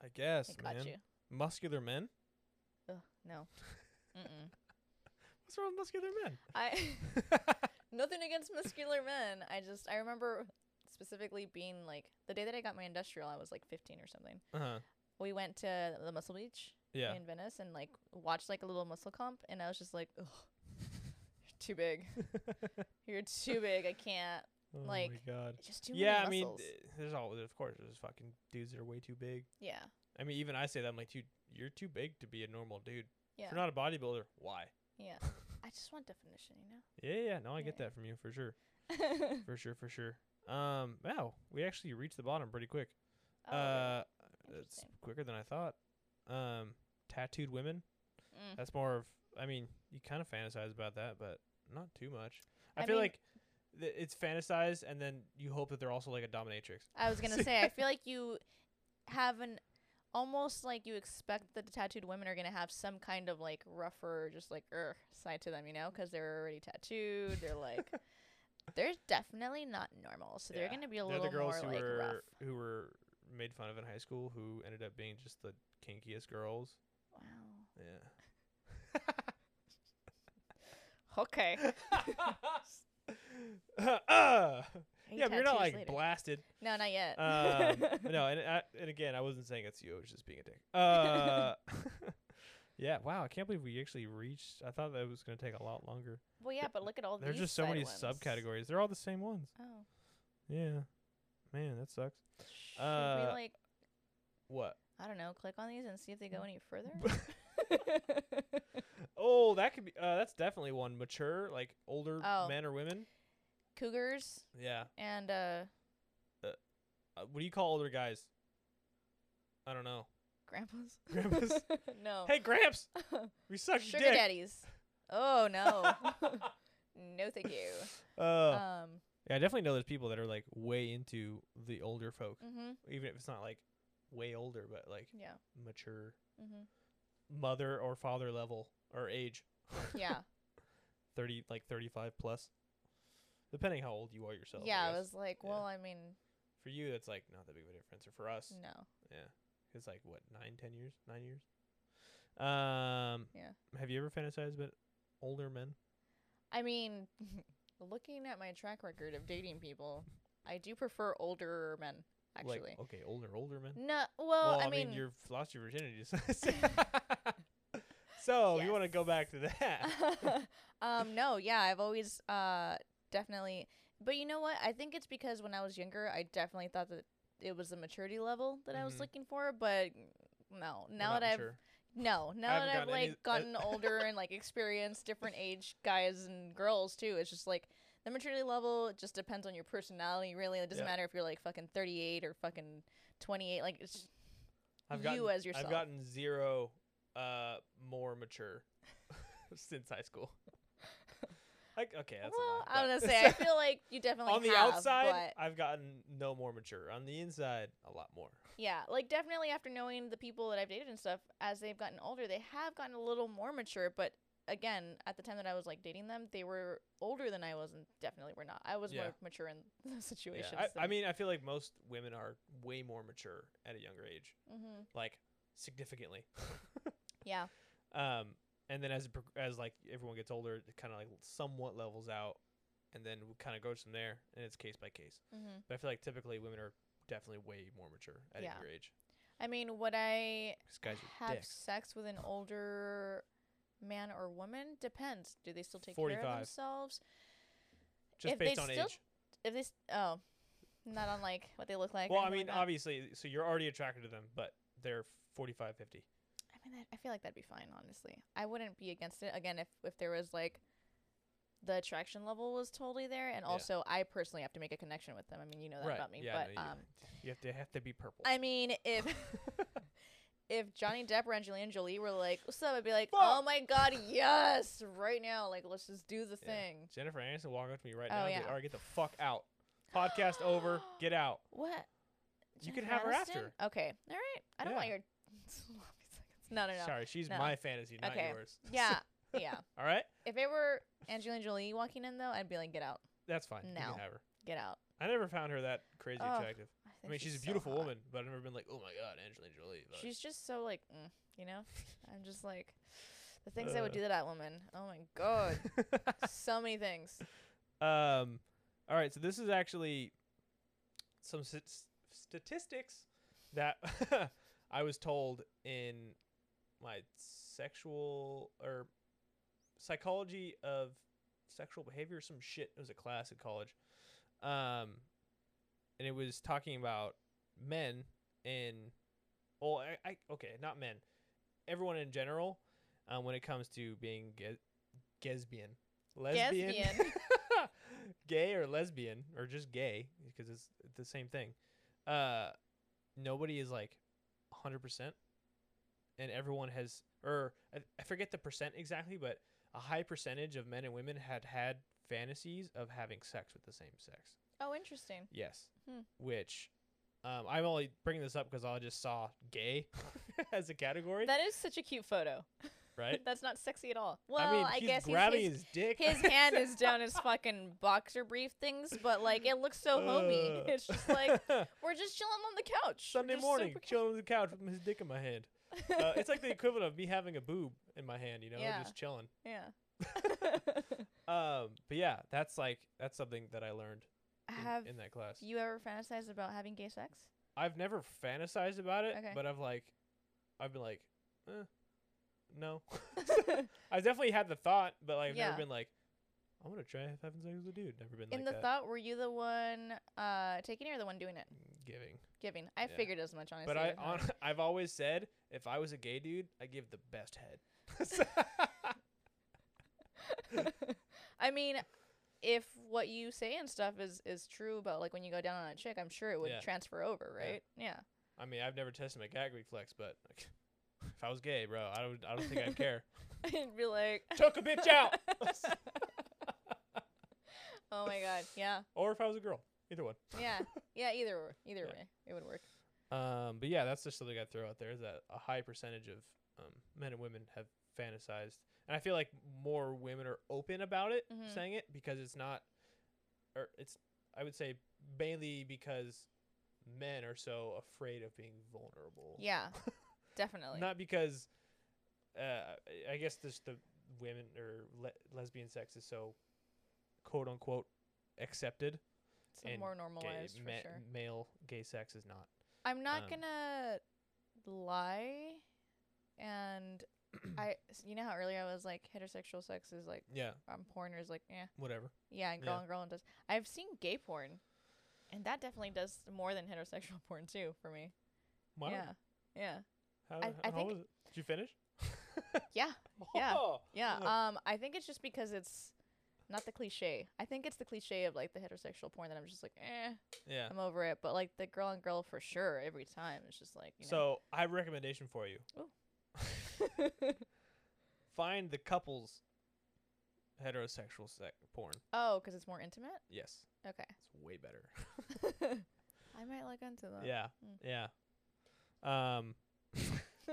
A: I guess,
B: It caught
A: man.
B: you.
A: Muscular men.
B: Ugh, no. Mm-mm.
A: What's wrong with muscular men?
B: (laughs) I
A: (laughs)
B: nothing against muscular men. I just I remember specifically being like the day that I got my industrial, I was like 15 or something.
A: uh huh.
B: We went to the Muscle Beach
A: Yeah.
B: in Venice and like watched like a little muscle comp, and I was just like, Ugh, you're too big. (laughs) You're too big. I can't.
A: (laughs) oh
B: like,
A: my god.
B: It's Just too
A: Yeah, I
B: many
A: mean, uh,
B: muscles.
A: th- there's all of course there's fucking dudes that are way too big.
B: yeah.
A: I mean, even I say that I'm like, dude, you're too big to be a normal dude.
B: Yeah.
A: If you're not a bodybuilder, why?
B: yeah. I just want definition, you know.
A: Yeah, yeah. No, I get
B: Yeah.
A: that from you for sure,
B: (laughs)
A: for sure, for sure. Um, wow, we actually reached the bottom pretty quick.
B: Oh, really?
A: uh, it's
B: Interesting.
A: quicker than I thought. Um, tattooed women.
B: Mm.
A: That's more of. I mean, you kind of fantasize about that, but not too much. I,
B: I
A: feel
B: mean-
A: like th- it's fantasized, and then you hope that they're also like a dominatrix.
B: I was
A: (laughs)
B: gonna say, I feel like you have an almost like you expect that the tattooed women are gonna have some kind of like rougher, just like er side to them, you know, 'cause they're already tattooed. They're like
A: (laughs)
B: they're definitely not normal, so
A: Yeah.
B: they're gonna be a
A: They're
B: little
A: the girls
B: more
A: who
B: like
A: were
B: rough.
A: who were made fun of in high school, who ended up being just the kinkiest girls.
B: Wow.
A: Yeah. (laughs)
B: Okay.
A: (laughs) Ah!
B: Hey,
A: yeah, but you're not
B: tattoos
A: like
B: later. (laughs)
A: blasted.
B: No, not yet.
A: Um, no, and I, and again, I wasn't saying it's you. I was just being a dick. Uh, (laughs) yeah. Wow, I can't believe we actually reached. I thought that was going to take a lot longer.
B: (laughs) well, yeah, but look at all
A: There's
B: these
A: just so
B: side
A: many
B: ones.
A: subcategories. They're all the same ones.
B: Oh.
A: Yeah. Man, that sucks.
B: Should
A: Uh,
B: we like
A: What?
B: I don't know, click on these and see if
A: (laughs)
B: they go any further? (laughs)
A: Oh, that could be. Uh, that's definitely one. Mature, like older
B: Oh.
A: men or women.
B: Cougars
A: Yeah.
B: and uh
A: Uh, what do you call older guys? I don't know.
B: grandpas. (laughs)
A: Grandpas?
B: no.
A: Hey, Gramps,
B: (laughs)
A: we suck
B: Oh. Sugar
A: dick.
B: daddies. Oh
A: (laughs)
B: no. no thank you. (laughs)
A: Uh,
B: Um
A: yeah, I definitely know there's people that are like way into the older folk,
B: mhm.
A: even if it's not like way older, but like
B: Yeah.
A: mature
B: Mhm.
A: mother or father level or age, (laughs)
B: Yeah.
A: thirty like thirty-five plus, depending how old you are yourself. I
B: yeah, I
A: guess.
B: was like,
A: Yeah.
B: well, I mean,
A: for you that's like not that big of a difference, or for us,
B: no.
A: yeah, it's like what nine, ten years, nine years. Um,
B: Yeah.
A: Have you ever fantasized about older men?
B: I mean, (laughs) looking at my track record of dating people, I do prefer older men actually.
A: Like, okay, older, older men.
B: no, well, I, mean,
A: you've lost your
B: (laughs)
A: virginity. (laughs) so- so if you want to go back
B: (laughs)
A: to that.
B: um, no, yeah, I've always uh definitely but you know what? I think it's because when I was younger, I definitely thought that it was the maturity level that I was
A: Mhm.
B: looking for, but no.
A: We're
B: Now
A: not
B: that I've
A: mature.
B: no, now that I've
A: haven't gotten any- uh,
B: like gotten
A: (laughs)
B: older and like experienced different age guys and girls too, it's just like the maturity level it just depends on your personality really. It doesn't
A: Yeah.
B: matter if you're like fucking 38 or fucking 28 like it's
A: I've
B: you
A: gotten,
B: as yourself.
A: I've gotten zero uh, more mature (laughs) since high
B: (laughs)
A: school. Like okay, that's a
B: well,
A: lot,
B: I was gonna
A: but- (laughs)
B: say I feel like you definitely
A: on the
B: have,
A: outside,
B: but-
A: I've gotten no more mature. On the inside, a lot more.
B: Yeah, like definitely after knowing the people that I've dated and stuff, as they've gotten older, they have gotten a little more mature. But again, at the time that I was like dating them, they were older than I was and definitely were not. I was
A: Yeah.
B: more mature in (laughs) the
A: Yeah,
B: situation.
A: I, I mean, I feel like most women are way more mature at a younger age,
B: hmm
A: like significantly.
B: yeah,
A: Um, and then as it prog- as like everyone gets older, it kind of like somewhat levels out. and then we kind of goes from there, and it's case by case.
B: Mm-hmm.
A: But I feel like typically women are definitely way more mature at
B: Yeah.
A: your age.
B: I mean, would I
A: These guys are
B: have
A: dicks.
B: sex with an older man or woman? Depends. Do they still take care
A: 45.
B: of themselves?
A: Just
B: if they
A: based on
B: still-
A: age.
B: If they s oh, not on like what they look like. or
A: Well, I
B: anything
A: mean,
B: like that.
A: obviously, so you're already attracted to them, but they're 45, 50.
B: I mean, that, I feel like that'd be fine, honestly. I wouldn't be against it. Again, if if there was like the attraction level was totally there, and
A: Yeah.
B: also I personally have to make a connection with them. I mean, you know that
A: Right,
B: about me,
A: yeah, I
B: but
A: know you-
B: um,
A: You have to have to be purple. (laughs)
B: I mean, if if Johnny Depp or Angelina Jolie were like, "What's up?" I'd be like,
A: Fuck.
B: "Oh my god, yes, right now! Like, let's just do the
A: Yeah.
B: thing."
A: Jennifer Aniston walk up to me right
B: Oh,
A: now. and be like,
B: yeah.
A: All right, get the fuck out. Podcast over.
B: (gasps)
A: Get out.
B: What?
A: You can
B: Jennifer
A: have her
B: Aniston? Okay, all right. I don't want
A: Yeah.
B: your. (laughs) no, no, no.
A: Sorry, she's
B: no.
A: my fantasy, not
B: Okay.
A: yours.
B: Yeah,
A: (laughs)
B: yeah.
A: All right,
B: If it were Angelina Jolie walking in though, I'd be like, "Get out,
A: that's fine. You
B: No.
A: can have her.
B: get out."
A: I never found her that crazy
B: Ugh,
A: attractive. I
B: think
A: mean, she's, a
B: Oh, so
A: beautiful
B: hot.
A: woman, but I've never been like, oh my god, Angelina Jolie. But
B: She's just so like, mm, you
A: (laughs)
B: know. I'm just like, the things that would
A: Uh.
B: do to that woman. Oh my god,
A: (laughs)
B: so many things.
A: um, all right, so this is actually some st- statistics that (laughs) I was told in my sexual or psychology of sexual behavior, some shit. It was a class at college, um, and it was talking about men in, well, I, I okay, not men, everyone in general, um, when it comes to being ge- gesbian, lesbian,
B: Gesbian.
A: (laughs) gay or lesbian or just gay because it's the same thing. Uh, nobody is like 100 percent, and everyone has or I, I forget the percent exactly, but a high percentage of men and women had had fantasies of having sex with the same sex.
B: Oh, interesting.
A: Yes.
B: Hmm.
A: Which um, I'm only bringing this up because I just saw gay (laughs) as a category,
B: That (laughs) is such a cute photo.
A: right?
B: That's not sexy at all. Well, I,
A: I mean, he's
B: guess he's,
A: grabbing
B: his,
A: his dick. (laughs)
B: his hand is down his fucking boxer brief things, but like it looks so homey. (laughs)
A: Uh.
B: It's just
A: (laughs)
B: like we're just chilling on the couch. We're
A: Sunday
B: just
A: morning,
B: super (laughs)
A: chilling on the couch with his dick in my hand.
B: cute.
A: Uh, it's like the equivalent of me having a boob in my hand, you know,
B: Yeah.
A: just chilling. (laughs)
B: yeah.
A: Um, but yeah, that's like that's something that I learned in,
B: Have
A: in that class.
B: you ever fantasized about having gay sex?
A: (laughs) I've never fantasized about it,
B: Okay.
A: but I've like, I've been like, eh, no. (laughs) I've definitely had the thought, but like, I've
B: Yeah.
A: never been like, I'm gonna try having sex with a dude. Never been
B: In
A: like
B: the
A: that.
B: thought, were you the one uh, taking it or the one doing it?
A: Mm, giving.
B: Giving. I
A: Yeah.
B: figured as much, honestly.
A: But I,
B: didn't know.
A: on, (laughs) I've always said if I was a gay dude, I give the best head. (laughs) So-
B: (laughs) I mean, if what you say and stuff is is true about like when you go down on a chick, I'm sure it would
A: Yeah.
B: transfer over,
A: Yeah.
B: right? Yeah. (laughs)
A: I mean, I've never tested my gag reflex, but like, if I was gay, bro, I don't, I don't think
B: (laughs)
A: I'd care.
B: I'd be
A: (laughs)
B: like,
A: Choke a bitch out.
B: (laughs) oh my god, yeah,
A: or if I was a girl, either one.
B: yeah, yeah. Either or- either
A: Yeah.
B: way, it would work.
A: Um, but yeah, that's just something I throw out there is that a high percentage of um, men and women have fantasized, and I feel like more women are open about it,
B: Mhm.
A: saying it because it's not, or it's I would say mainly because men are so afraid of being vulnerable.
B: Yeah,
A: (laughs)
B: definitely.
A: not because, uh, I- I guess this the women or le- lesbian sex is so, quote unquote, accepted.
B: It's
A: and
B: more
A: Gay,
B: normalized for
A: ma-
B: sure.
A: Male gay sex is not.
B: I'm not
A: um,
B: gonna lie,
A: (clears throat)
B: and I, s- you know how earlier I was like heterosexual sex is like
A: Yeah,
B: um, porn is like yeah,
A: whatever.
B: yeah, and
A: Yeah.
B: girl and girl and does. I've seen gay porn, and that definitely does more than heterosexual (laughs) porn too for me.
A: Wow.
B: Yeah, yeah.
A: How,
B: I-
A: how,
B: I think-
A: was it? Did you finish?
B: (laughs)
A: (laughs)
B: Yeah, yeah.
A: Oh,
B: Yeah.
A: Oh.
B: Um, I think it's just because it's not the cliche. I think it's the cliche of like the heterosexual porn that I'm just like, eh,
A: yeah.
B: I'm over it. But like the girl on girl for sure, every time it's just like, you
A: (laughs)
B: know. (laughs)
A: So I have a recommendation for you.
B: Ooh.
A: Find the couples heterosexual sex porn.
B: oh, because it's more intimate.
A: Yes,
B: Okay.
A: (laughs) it's way better.
B: I might look into that. (laughs)
A: yeah,
B: Mm.
A: yeah. Um, (laughs)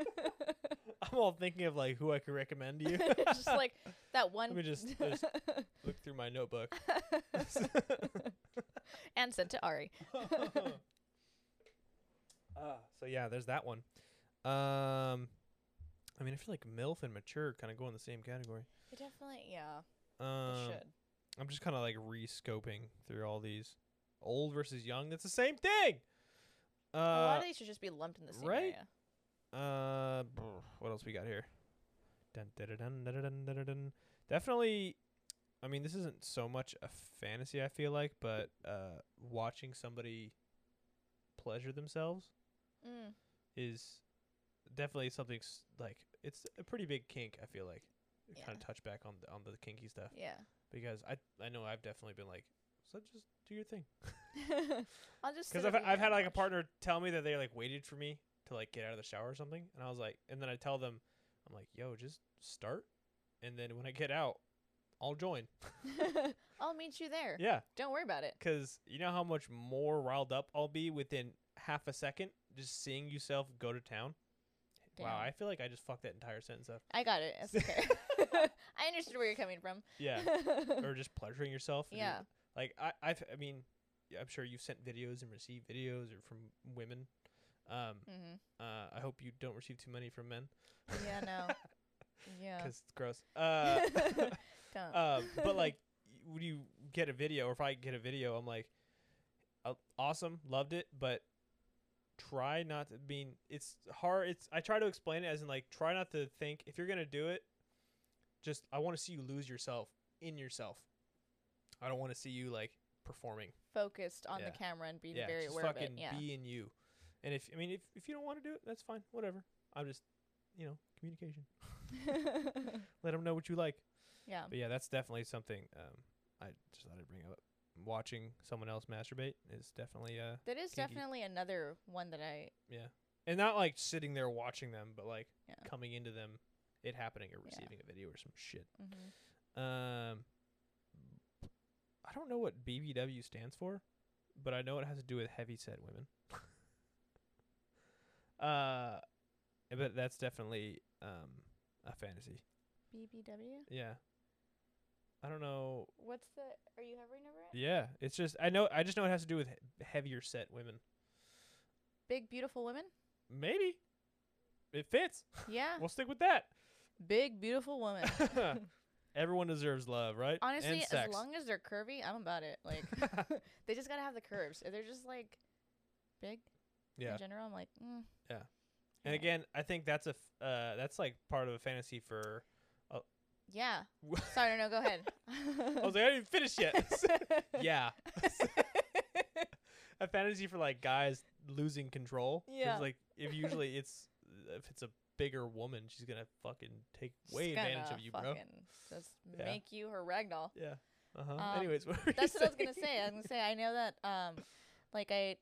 A: I'm all thinking of like who I could recommend to you.
B: (laughs)
A: (laughs)
B: just like that one.
A: me just-
B: (laughs)
A: just- look through my notebook. (laughs)
B: (laughs) and sent to Ari.
A: uh, Ah, so yeah, there's that one. Um, I mean, I feel like MILF and mature kind of go in the same category.
B: It definitely, yeah, it
A: Um,
B: should.
A: I'm just kind of like rescoping through all these old versus young. That's the same thing.
B: a lot
A: Uh,
B: of these should just be lumped in the same
A: right?
B: area.
A: uh, brr, what else we got here? Dun, dun, dun, dun, dun, dun, dun, dun. Definitely. I mean, this isn't so much a fantasy. I feel like, but uh, watching somebody pleasure themselves
B: Mm.
A: is definitely something s- like it's a pretty big kink. I feel like
B: Yeah.
A: kind of touch back on the, on the kinky stuff
B: Yeah. (laughs)
A: because I I know I've definitely been like so just do your thing
B: I'll just sit
A: because I've
B: over here
A: I've had
B: and
A: like a
B: watch.
A: partner tell me that they like waited for me to like get out of the shower or something and I was like and then I tell them I'm like yo just start and then when I get out I'll join
B: (laughs) I'll meet you there.
A: yeah
B: Don't worry about it.
A: because you know how much more riled up I'll be within half a second just seeing yourself go to town. Wow,
B: Damn.
A: I feel like I just fucked that entire sentence up.
B: I got it. It's okay.
A: (laughs)
B: (laughs) I understood where you're coming from. (laughs)
A: Yeah. Er, or just pleasuring yourself. and you're-
B: Yeah.
A: Like I, I've, I mean, yeah, I'm sure you've sent videos and received videos or from women. Um,
B: mm-hmm.
A: uh, I hope you don't receive too many from men
B: Yeah.
A: (laughs)
B: No. Yeah.
A: 'cause it's gross. Uh, (laughs)
B: Don't.
A: um, but like, y- when you get a video, or if I get a video, I'm like, uh, awesome, loved it, but try not to. I mean, it's hard. It's I try to explain it as in like, try not to think if you're gonna do it. Just I want to see you lose yourself in yourself. I don't want to see you like performing.
B: focused on
A: yeah.
B: the camera and being
A: yeah,
B: very
A: just
B: aware of
A: fucking
B: it. Yeah.
A: be in you. And if I mean if if you don't want to do it, that's fine. Whatever. I'm just you know communication. Let them know what you like.
B: (laughs) yeah.
A: But yeah, that's definitely something. Um, I just thought I'd bring up. Watching someone else masturbate is definitely uh,
B: That is
A: kinky.
B: definitely another one that I
A: yeah, and not like sitting there watching them, but like
B: Yeah.
A: coming into them, it happening or
B: Yeah.
A: receiving a video or some shit.
B: mhm.
A: Um, I don't know what BBW stands for, but I know it has to do with heavy set women. (laughs) uh, but that's definitely um a fantasy.
B: BBW.
A: Yeah. I don't know.
B: What's the? Are you hovering over it?
A: Yeah, it's just I know I just know it has to do with he- heavier set women.
B: Big beautiful women.
A: Maybe it fits.
B: Yeah.
A: We'll stick with that.
B: Big beautiful
A: (laughs)
B: woman.
A: Everyone deserves love, right?
B: Honestly,
A: and
B: as
A: sex.
B: long as they're curvy, I'm about it.
A: (laughs)
B: Like they just gotta have the curves. If they're just like big
A: Yeah.
B: in general, I'm like, mm,
A: And
B: (laughs) Yeah.
A: again, I think that's a f- uh, that's like part of a fantasy for. (laughs)
B: yeah.
A: I
B: Sorry, no, no, go ahead.
A: was like, (laughs) I didn't
B: (laughs)
A: finish yet. (laughs) yeah, a fantasy for like guys losing control. 'Cause,
B: Yeah.
A: like if
B: (laughs)
A: usually it's if it's a bigger woman, she's gonna fucking take
B: Just
A: way advantage
B: gonna
A: of you, bro.
B: fucking Just
A: Yeah.
B: make you her ragdoll.
A: Yeah. Uh huh.
B: Um,
A: Anyways, what were you
B: (laughs) That's what I was gonna
A: saying?
B: say. I was gonna say I know that um, like I,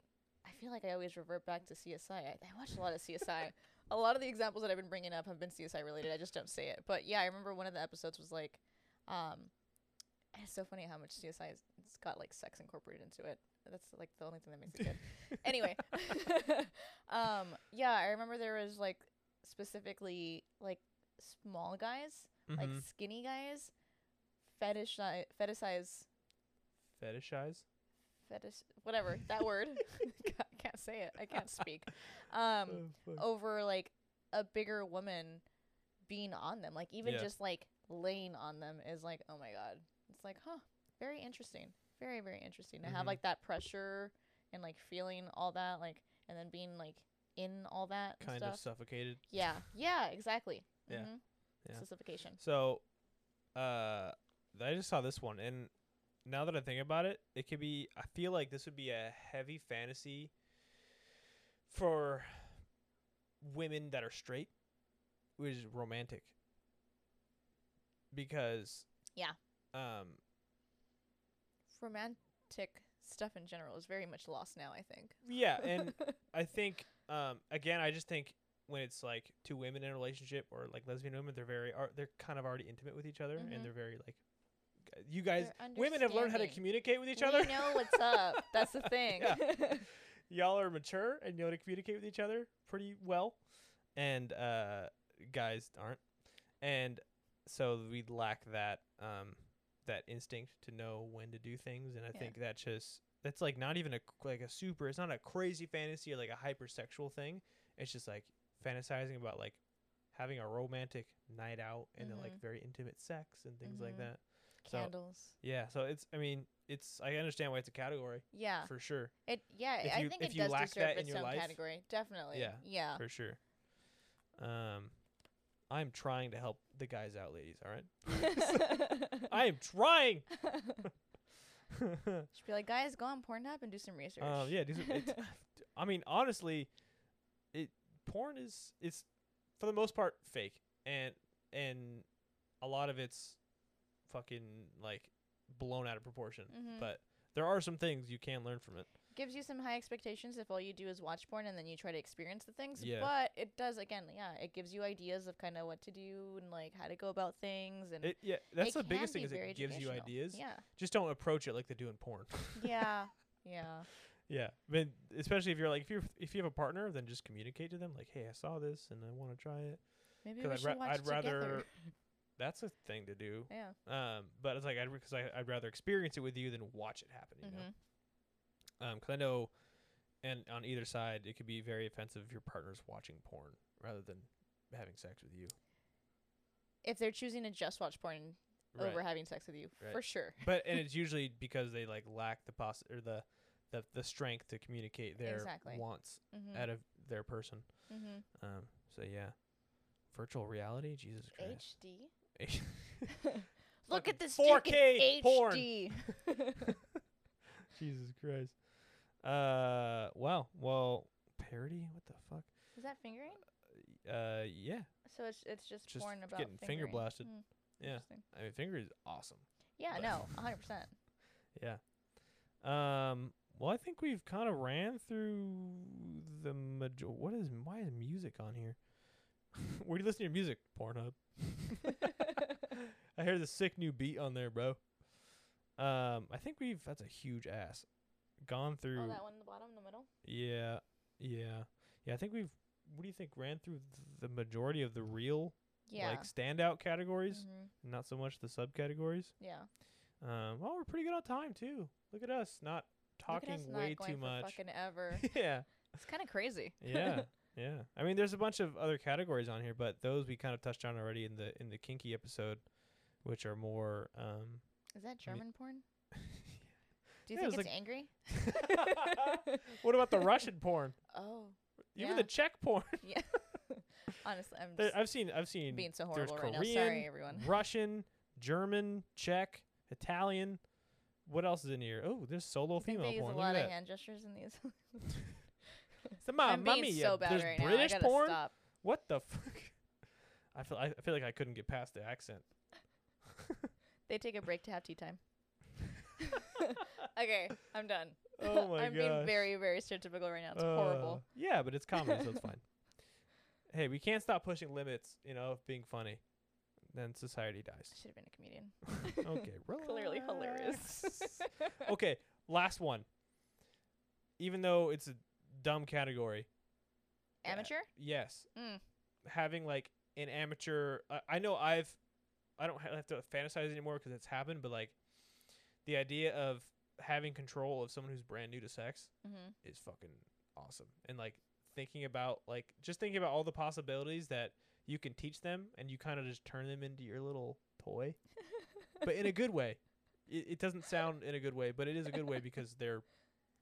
B: I feel like I always revert back to CSI. I, I watch a lot of CSI. a lot of the examples that I've been bringing up have been CSI related. I just don't say it. But yeah, I remember one of the episodes was like, um, and it's so funny how much CSI is, it's got like sex incorporated into it. That's like the only thing that makes it
A: (laughs)
B: good. anyway, (laughs) um, yeah, I remember there was like specifically like small guys,
A: Mhm.
B: like skinny guys, fetishize fetishize
A: fetishize.
B: fetish whatever that word (laughs) God, i can't say it i can't speak um
A: Oh, fuck.
B: over like a bigger woman being on them like even
A: Yeah.
B: just like laying on them is like oh my god it's like huh very interesting very very interesting to
A: Mhm.
B: have like that pressure and like feeling all that like and then being like in all that and
A: kind
B: stuff
A: of suffocated.
B: yeah yeah exactly
A: Yeah.
B: Mhm.
A: Yeah.
B: It's a suffocation
A: So, uh, th- I just saw this one, and now that I think about it, it could be. I feel like this would be a heavy fantasy for women that are straight, which is romantic. Because
B: Yeah.
A: um,
B: romantic stuff in general is very much lost now i think
A: yeah, and
B: (laughs)
A: I think um again I just think when it's like two women in a relationship or like lesbian women they're very are, they're kind of already intimate with each other
B: Mhm.
A: and they're very like g- you guys
B: They're
A: women have learned how to
B: understanding.
A: communicate with each
B: We
A: other.
B: know what's up. That's
A: (laughs)
B: the thing. (laughs)
A: Yeah. Y'all are mature and you know how to communicate with each other pretty well and uh guys aren't. And so we lack that um that instinct to know when to do things and I
B: Yeah.
A: think that just that's like not even a c- like a super it's not a crazy fantasy or like a hypersexual thing. It's just like fantasizing about
B: Mm-hmm.
A: like having a romantic night out and then like very intimate sex and things like
B: Mhm.
A: that. So-
B: Candles.
A: Yeah, so it's I mean, it's I understand why it's a category
B: yeah.
A: for sure.
B: It yeah,
A: If
B: I
A: you-
B: think
A: if
B: it
A: you
B: does
A: lack
B: deserve
A: that in
B: its
A: your
B: own
A: life-
B: category. Definitely.
A: Yeah.
B: Yeah.
A: For sure. Um I'm trying to help the guys out, ladies,
B: (laughs)
A: all (laughs) right? I am trying.
B: Should be like, guys, go on Pornhub and do some research.
A: um yeah, these are,
B: (laughs)
A: it's, I mean, honestly, it porn is it's for the most part fake and and a lot of it's fucking like blown out of proportion.
B: Mhm.
A: But there are some things you can learn from it.
B: Gives you some high expectations if all you do is watch porn and then you try to experience the things.
A: Yeah.
B: But it does again, yeah, it gives you ideas of kind of what to do and like how to go about things and
A: It, yeah, that's
B: it
A: the biggest
B: can
A: thing
B: be
A: is
B: very
A: it gives you
B: educational.
A: ideas. (laughs)
B: Yeah.
A: Just don't approach it like they do in porn. (laughs)
B: Yeah. yeah.
A: yeah, but especially if you're like if you are if you have a partner, then just communicate to them like, hey, I saw this and I want to try it.
B: Maybe
A: 'Cause
B: we
A: I'd
B: should
A: ra-
B: watch
A: I'd
B: it together.
A: rather- (laughs) That's a thing to do.
B: yeah.
A: Um, but it's like I'd because I I'd rather experience it with you than watch it happen. You
B: Mhm. Mm-hmm.
A: know, Um 'cause I know, and on either side, it could be very offensive if your partner's watching porn rather than having sex with you.
B: If they're choosing to just watch porn over having sex with you,
A: Right.
B: for sure.
A: but
B: (laughs)
A: and it's usually because they like lack the poss or the the, the strength to communicate their
B: Exactly.
A: wants
B: Mm-hmm.
A: out of their person.
B: mm-hmm.
A: Um, so yeah, virtual reality, Jesus Christ. (laughs)
B: HD.
A: Look
B: (laughs) Look
A: at Fucking
B: at
A: this
B: this 4K
A: 4K freaking porn.
B: HD.
A: Jesus Christ. Uh, wow. Well, parody. What the fuck?
B: Is that fingering?
A: Uh, yeah.
B: So it's it's just,
A: Just
B: porn about
A: getting finger
B: fingering.
A: blasted.
B: Mm,
A: Yeah.
B: interesting.
A: I mean, finger is awesome.
B: Yeah.
A: But-
B: No. a hundred percent.
A: Yeah. Um. Well, I think we've kind of ran through the major. What is? Why is music on here? (laughs) Where do you listen to your music?
B: (laughs)
A: Pornhub. I hear the sick new beat on there, bro. Um. I think we've. That's a huge ass. Gone (laughs) through.
B: Oh, that one in the bottom, in the middle.
A: Yeah, yeah, yeah. I think we've. What do you think? Ran through th- the majority of the real
B: Yeah.
A: like standout categories,
B: Mhm.
A: not so much the subcategories.
B: Yeah.
A: Um, well, we're pretty good on time too. Look at us not
B: Look
A: talking
B: at us not
A: way
B: going
A: too
B: for
A: much. (laughs)
B: Fucking ever.
A: yeah,
B: it's kind of crazy. (laughs)
A: yeah, yeah. I mean, there's a bunch of other categories on here, but those we kind of touched on already in the in the kinky episode, which are more. Um, (laughs)
B: Is that German porn? Do you
A: Yeah, it
B: think
A: was
B: it's
A: (laughs)
B: angry?
A: what about the Russian porn?
B: oh.
A: Even the
B: Yeah.
A: Czech porn. (laughs)
B: Yeah. Honestly, I'm
A: There-
B: just
A: I've seen. I've seen.
B: being so
A: there's
B: horrible right now.
A: Korean,
B: Sorry, (laughs) everyone.
A: Russian, German, Czech, Italian. What else is in here? Oh, there's solo
B: You think
A: female
B: they use
A: porn.
B: a
A: Look
B: lot
A: at
B: of
A: that.
B: hand gestures in these.
A: It's the mom,
B: I'm being
A: mommy,
B: so
A: yeah.
B: bad
A: there's
B: right
A: British
B: now. I gotta
A: porn.
B: stop.
A: What the fuck? (laughs) I feel. I feel like I couldn't get past the
B: (laughs)
A: accent.
B: They take a break to have tea (laughs) time. okay, I'm done.
A: Oh my
B: (laughs) I'm being
A: gosh.
B: very, very stereotypical right now. It's
A: Uh,
B: horrible.
A: Yeah, but it's comedy,
B: (laughs)
A: so it's fine. Hey, we can't stop pushing limits, you know, of being funny. Then society
B: I
A: dies.
B: should have been a comedian. (laughs)
A: Okay, relax.
B: Clearly hilarious.
A: (laughs) okay, last one. Even though it's a dumb category, Yeah.
B: Amateur?
A: yes,
B: Mm.
A: having like an amateur. I I know I've, I don't ha- have to fantasize anymore because it's happened, but like, the idea of having control of someone who's brand new to sex
B: Mm-hmm.
A: is fucking awesome. And like thinking about like just thinking about all the possibilities that you can teach them, and you kind of just turn them into your little toy but in a good way. It, it doesn't sound in a good way, but it is a good way because they're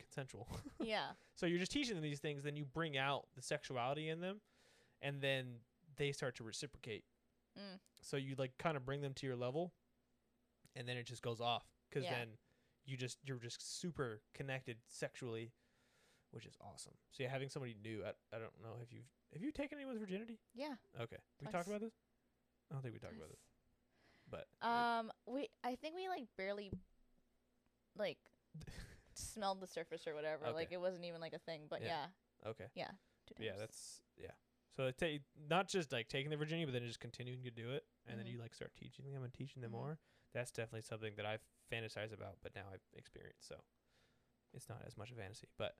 A: consensual. (laughs)
B: yeah.
A: So you're just teaching them these things, then you bring out the sexuality in them, and then they start to reciprocate.
B: Mm.
A: So you like kind of bring them to your level, and then it just goes off because
B: Yeah.
A: then you just you're just super connected sexually, which is awesome. So yeah, having somebody new, I, I don't know if you've have you taken anyone's virginity?
B: Yeah.
A: Okay, we talked
B: Twice.
A: about this. I don't think we talked about this, but
B: (laughs) Um, we I think we like barely (laughs) like smelled the surface or whatever.
A: Okay.
B: Like it wasn't even like a thing. But
A: Yeah.
B: yeah.
A: okay.
B: two
A: yeah
B: times.
A: that's (laughs) yeah so it ta- not just like taking the virginity but then just continuing to do it and
B: Mhm.
A: then you like start teaching them and teaching them
B: Mhm.
A: more that's definitely something that i've fantasized about but now i've experienced so it's not as much a fantasy but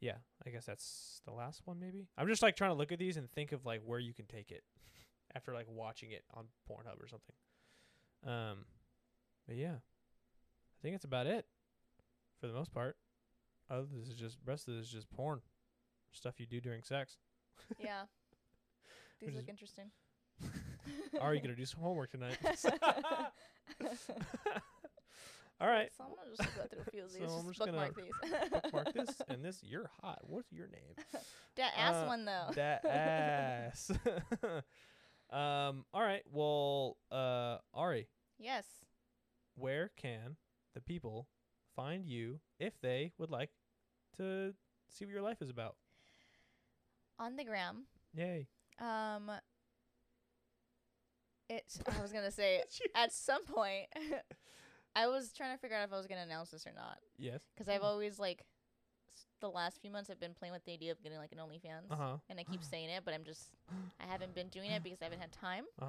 A: yeah i guess that's the last one maybe i'm just like trying to look at these and think of like where you can take it (laughs) after like watching it on pornhub or something um but yeah i think that's about it for the most part other this is just rest of this is just porn stuff you do during sex (laughs)
B: Yeah. These
A: Which
B: look
A: is- (laughs)
B: interesting. (laughs)
A: Are you gonna do some homework tonight? (laughs) All right.
B: So I'm gonna just go (laughs) through a few of
A: So
B: these.
A: I'm
B: just
A: just gonna
B: bookmark these. (laughs)
A: Bookmark this and this. You're hot. What's your name?
B: that ass
A: Uh,
B: one though. (laughs)
A: That ass. (laughs) um. All right. Well, uh, Ari,
B: yes.
A: where can the people find you if they would like to see what your life is about?
B: On the gram.
A: Yay.
B: (laughs) Um. It. (laughs) I was gonna say at some point. (laughs) I was trying to figure out if I was gonna announce this or not
A: yes.
B: because I've always like s- the last few months I've been playing with the idea of getting like an OnlyFans.
A: Uh huh.
B: And I keep saying it, but I'm just I haven't been doing it because I haven't had time. (laughs)
A: Uh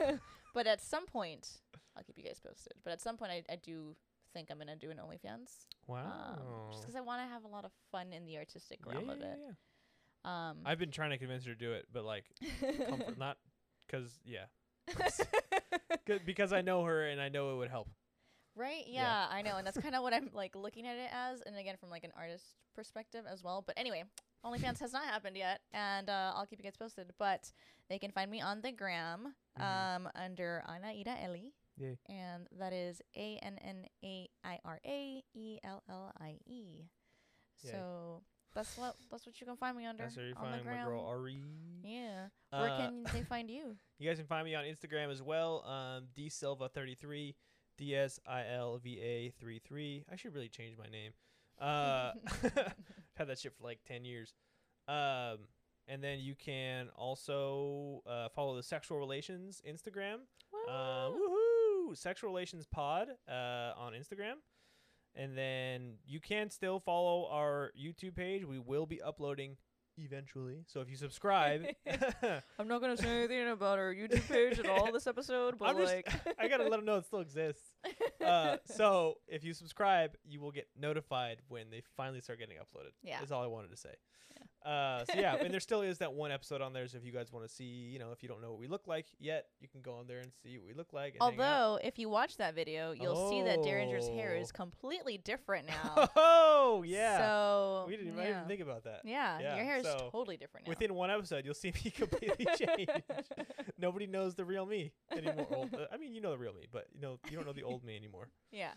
A: huh.
B: but at some point, I'll keep you guys posted. But at some point, I, I do think I'm gonna do an OnlyFans.
A: Wow.
B: um,
A: Oh.
B: just 'cause I want to have a lot of fun in the artistic realm of it. Um,
A: I've been trying to convince her to do it, but like,
B: (laughs)
A: comfort, not because yeah, 'Cause- because I know her and I know it would help.
B: right? Yeah,
A: Yeah.
B: I know, and that's kind of what I'm like looking at it as, and again from like an artist perspective as well. But anyway, OnlyFans has not happened yet, and uh, I'll keep you guys posted. But they can find me on the gram
A: Mhm.
B: um, under Ana Ida Eli.
A: Yay.
B: And that is A N N A I R A E L L I E.
A: Yay.
B: So that's what that's what you can find me under.
A: That's where you
B: on the
A: find my
B: gram.
A: girl Ari.
B: Yeah. Where
A: Uh,
B: can they find you? (laughs)
A: you guys can find me on Instagram as well, um, dsilva33, d s i l v a three three. I should really change my name. Uh, (laughs) had that shit for like ten years. Um, and then you can also uh, follow the sexual relations Instagram. (laughs) Uh,
B: Woo!
A: woohoo! Sexual Relations Pod uh, on Instagram. And then you can still follow our YouTube page. We will be uploading eventually. So if you subscribe, (laughs) I
B: I'm not gonna say anything about our YouTube page at all this episode, but
A: I'm just- (laughs)
B: like (laughs)
A: got to let them know it still exists. Uh, so if you subscribe, you will get notified when they finally start getting uploaded.
B: Yeah.
A: Is all I wanted to say. Uh, so yeah,
B: (laughs)
A: and there still is that one episode on there. So if you guys want to see, you know, if you don't know what we look like yet, you can go on there and see what we look like. And hang out.
B: Although if you watch that video, you'll see that Derringer's hair is
A: Oh.
B: completely
A: (laughs)
B: different now.
A: Oh yeah.
B: So
A: we didn't even, I
B: yeah.
A: didn't even think about that.
B: Yeah,
A: Yeah,
B: your hair is
A: so
B: totally different now.
A: Within one episode, you'll see (laughs)
B: (laughs)
A: me completely change. Nobody knows the real me anymore. Well, uh, I mean, you know the real me, but you know you don't know the old me anymore.
B: yeah.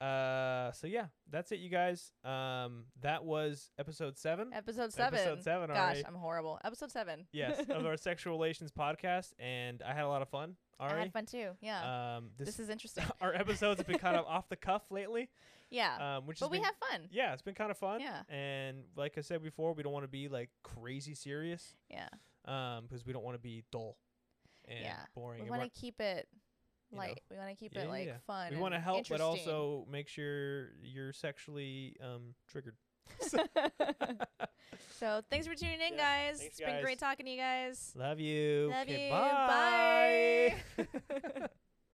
A: Uh, so yeah, that's it, you guys. Um, that was episode seven.
B: Episode seven.
A: Episode seven
B: Gosh,
A: already.
B: I'm (laughs) horrible. Episode seven. (laughs)
A: yes, of our sexual relations podcast, and I had a lot of fun. All
B: I
A: right.
B: had fun too. Yeah.
A: Um,
B: this,
A: this,
B: is interesting.
A: (laughs) our episodes have been
B: (laughs)
A: kind of off the cuff lately.
B: yeah.
A: Um, which
B: but
A: has
B: we
A: been-
B: have fun.
A: (laughs) Yeah, it's been kind of fun.
B: Yeah.
A: And like I said before, we don't want to be like crazy serious.
B: Yeah.
A: um, because we don't want to be dull and
B: Yeah.
A: boring.
B: We
A: and
B: want
A: we're-
B: to keep it
A: you know,
B: light. we want to keep
A: yeah,
B: it
A: yeah,
B: like
A: yeah.
B: fun.
A: we want to
B: and
A: help, but
B: interesting.
A: also make sure you're sexually um,
B: (laughs)
A: triggered. (laughs)
B: so thanks for tuning in,
A: Yeah.
B: guys.
A: Thanks,
B: it's been great talking to you guys.
A: Love you.
B: Love
A: 'Kay,
B: you.
A: Bye. (laughs)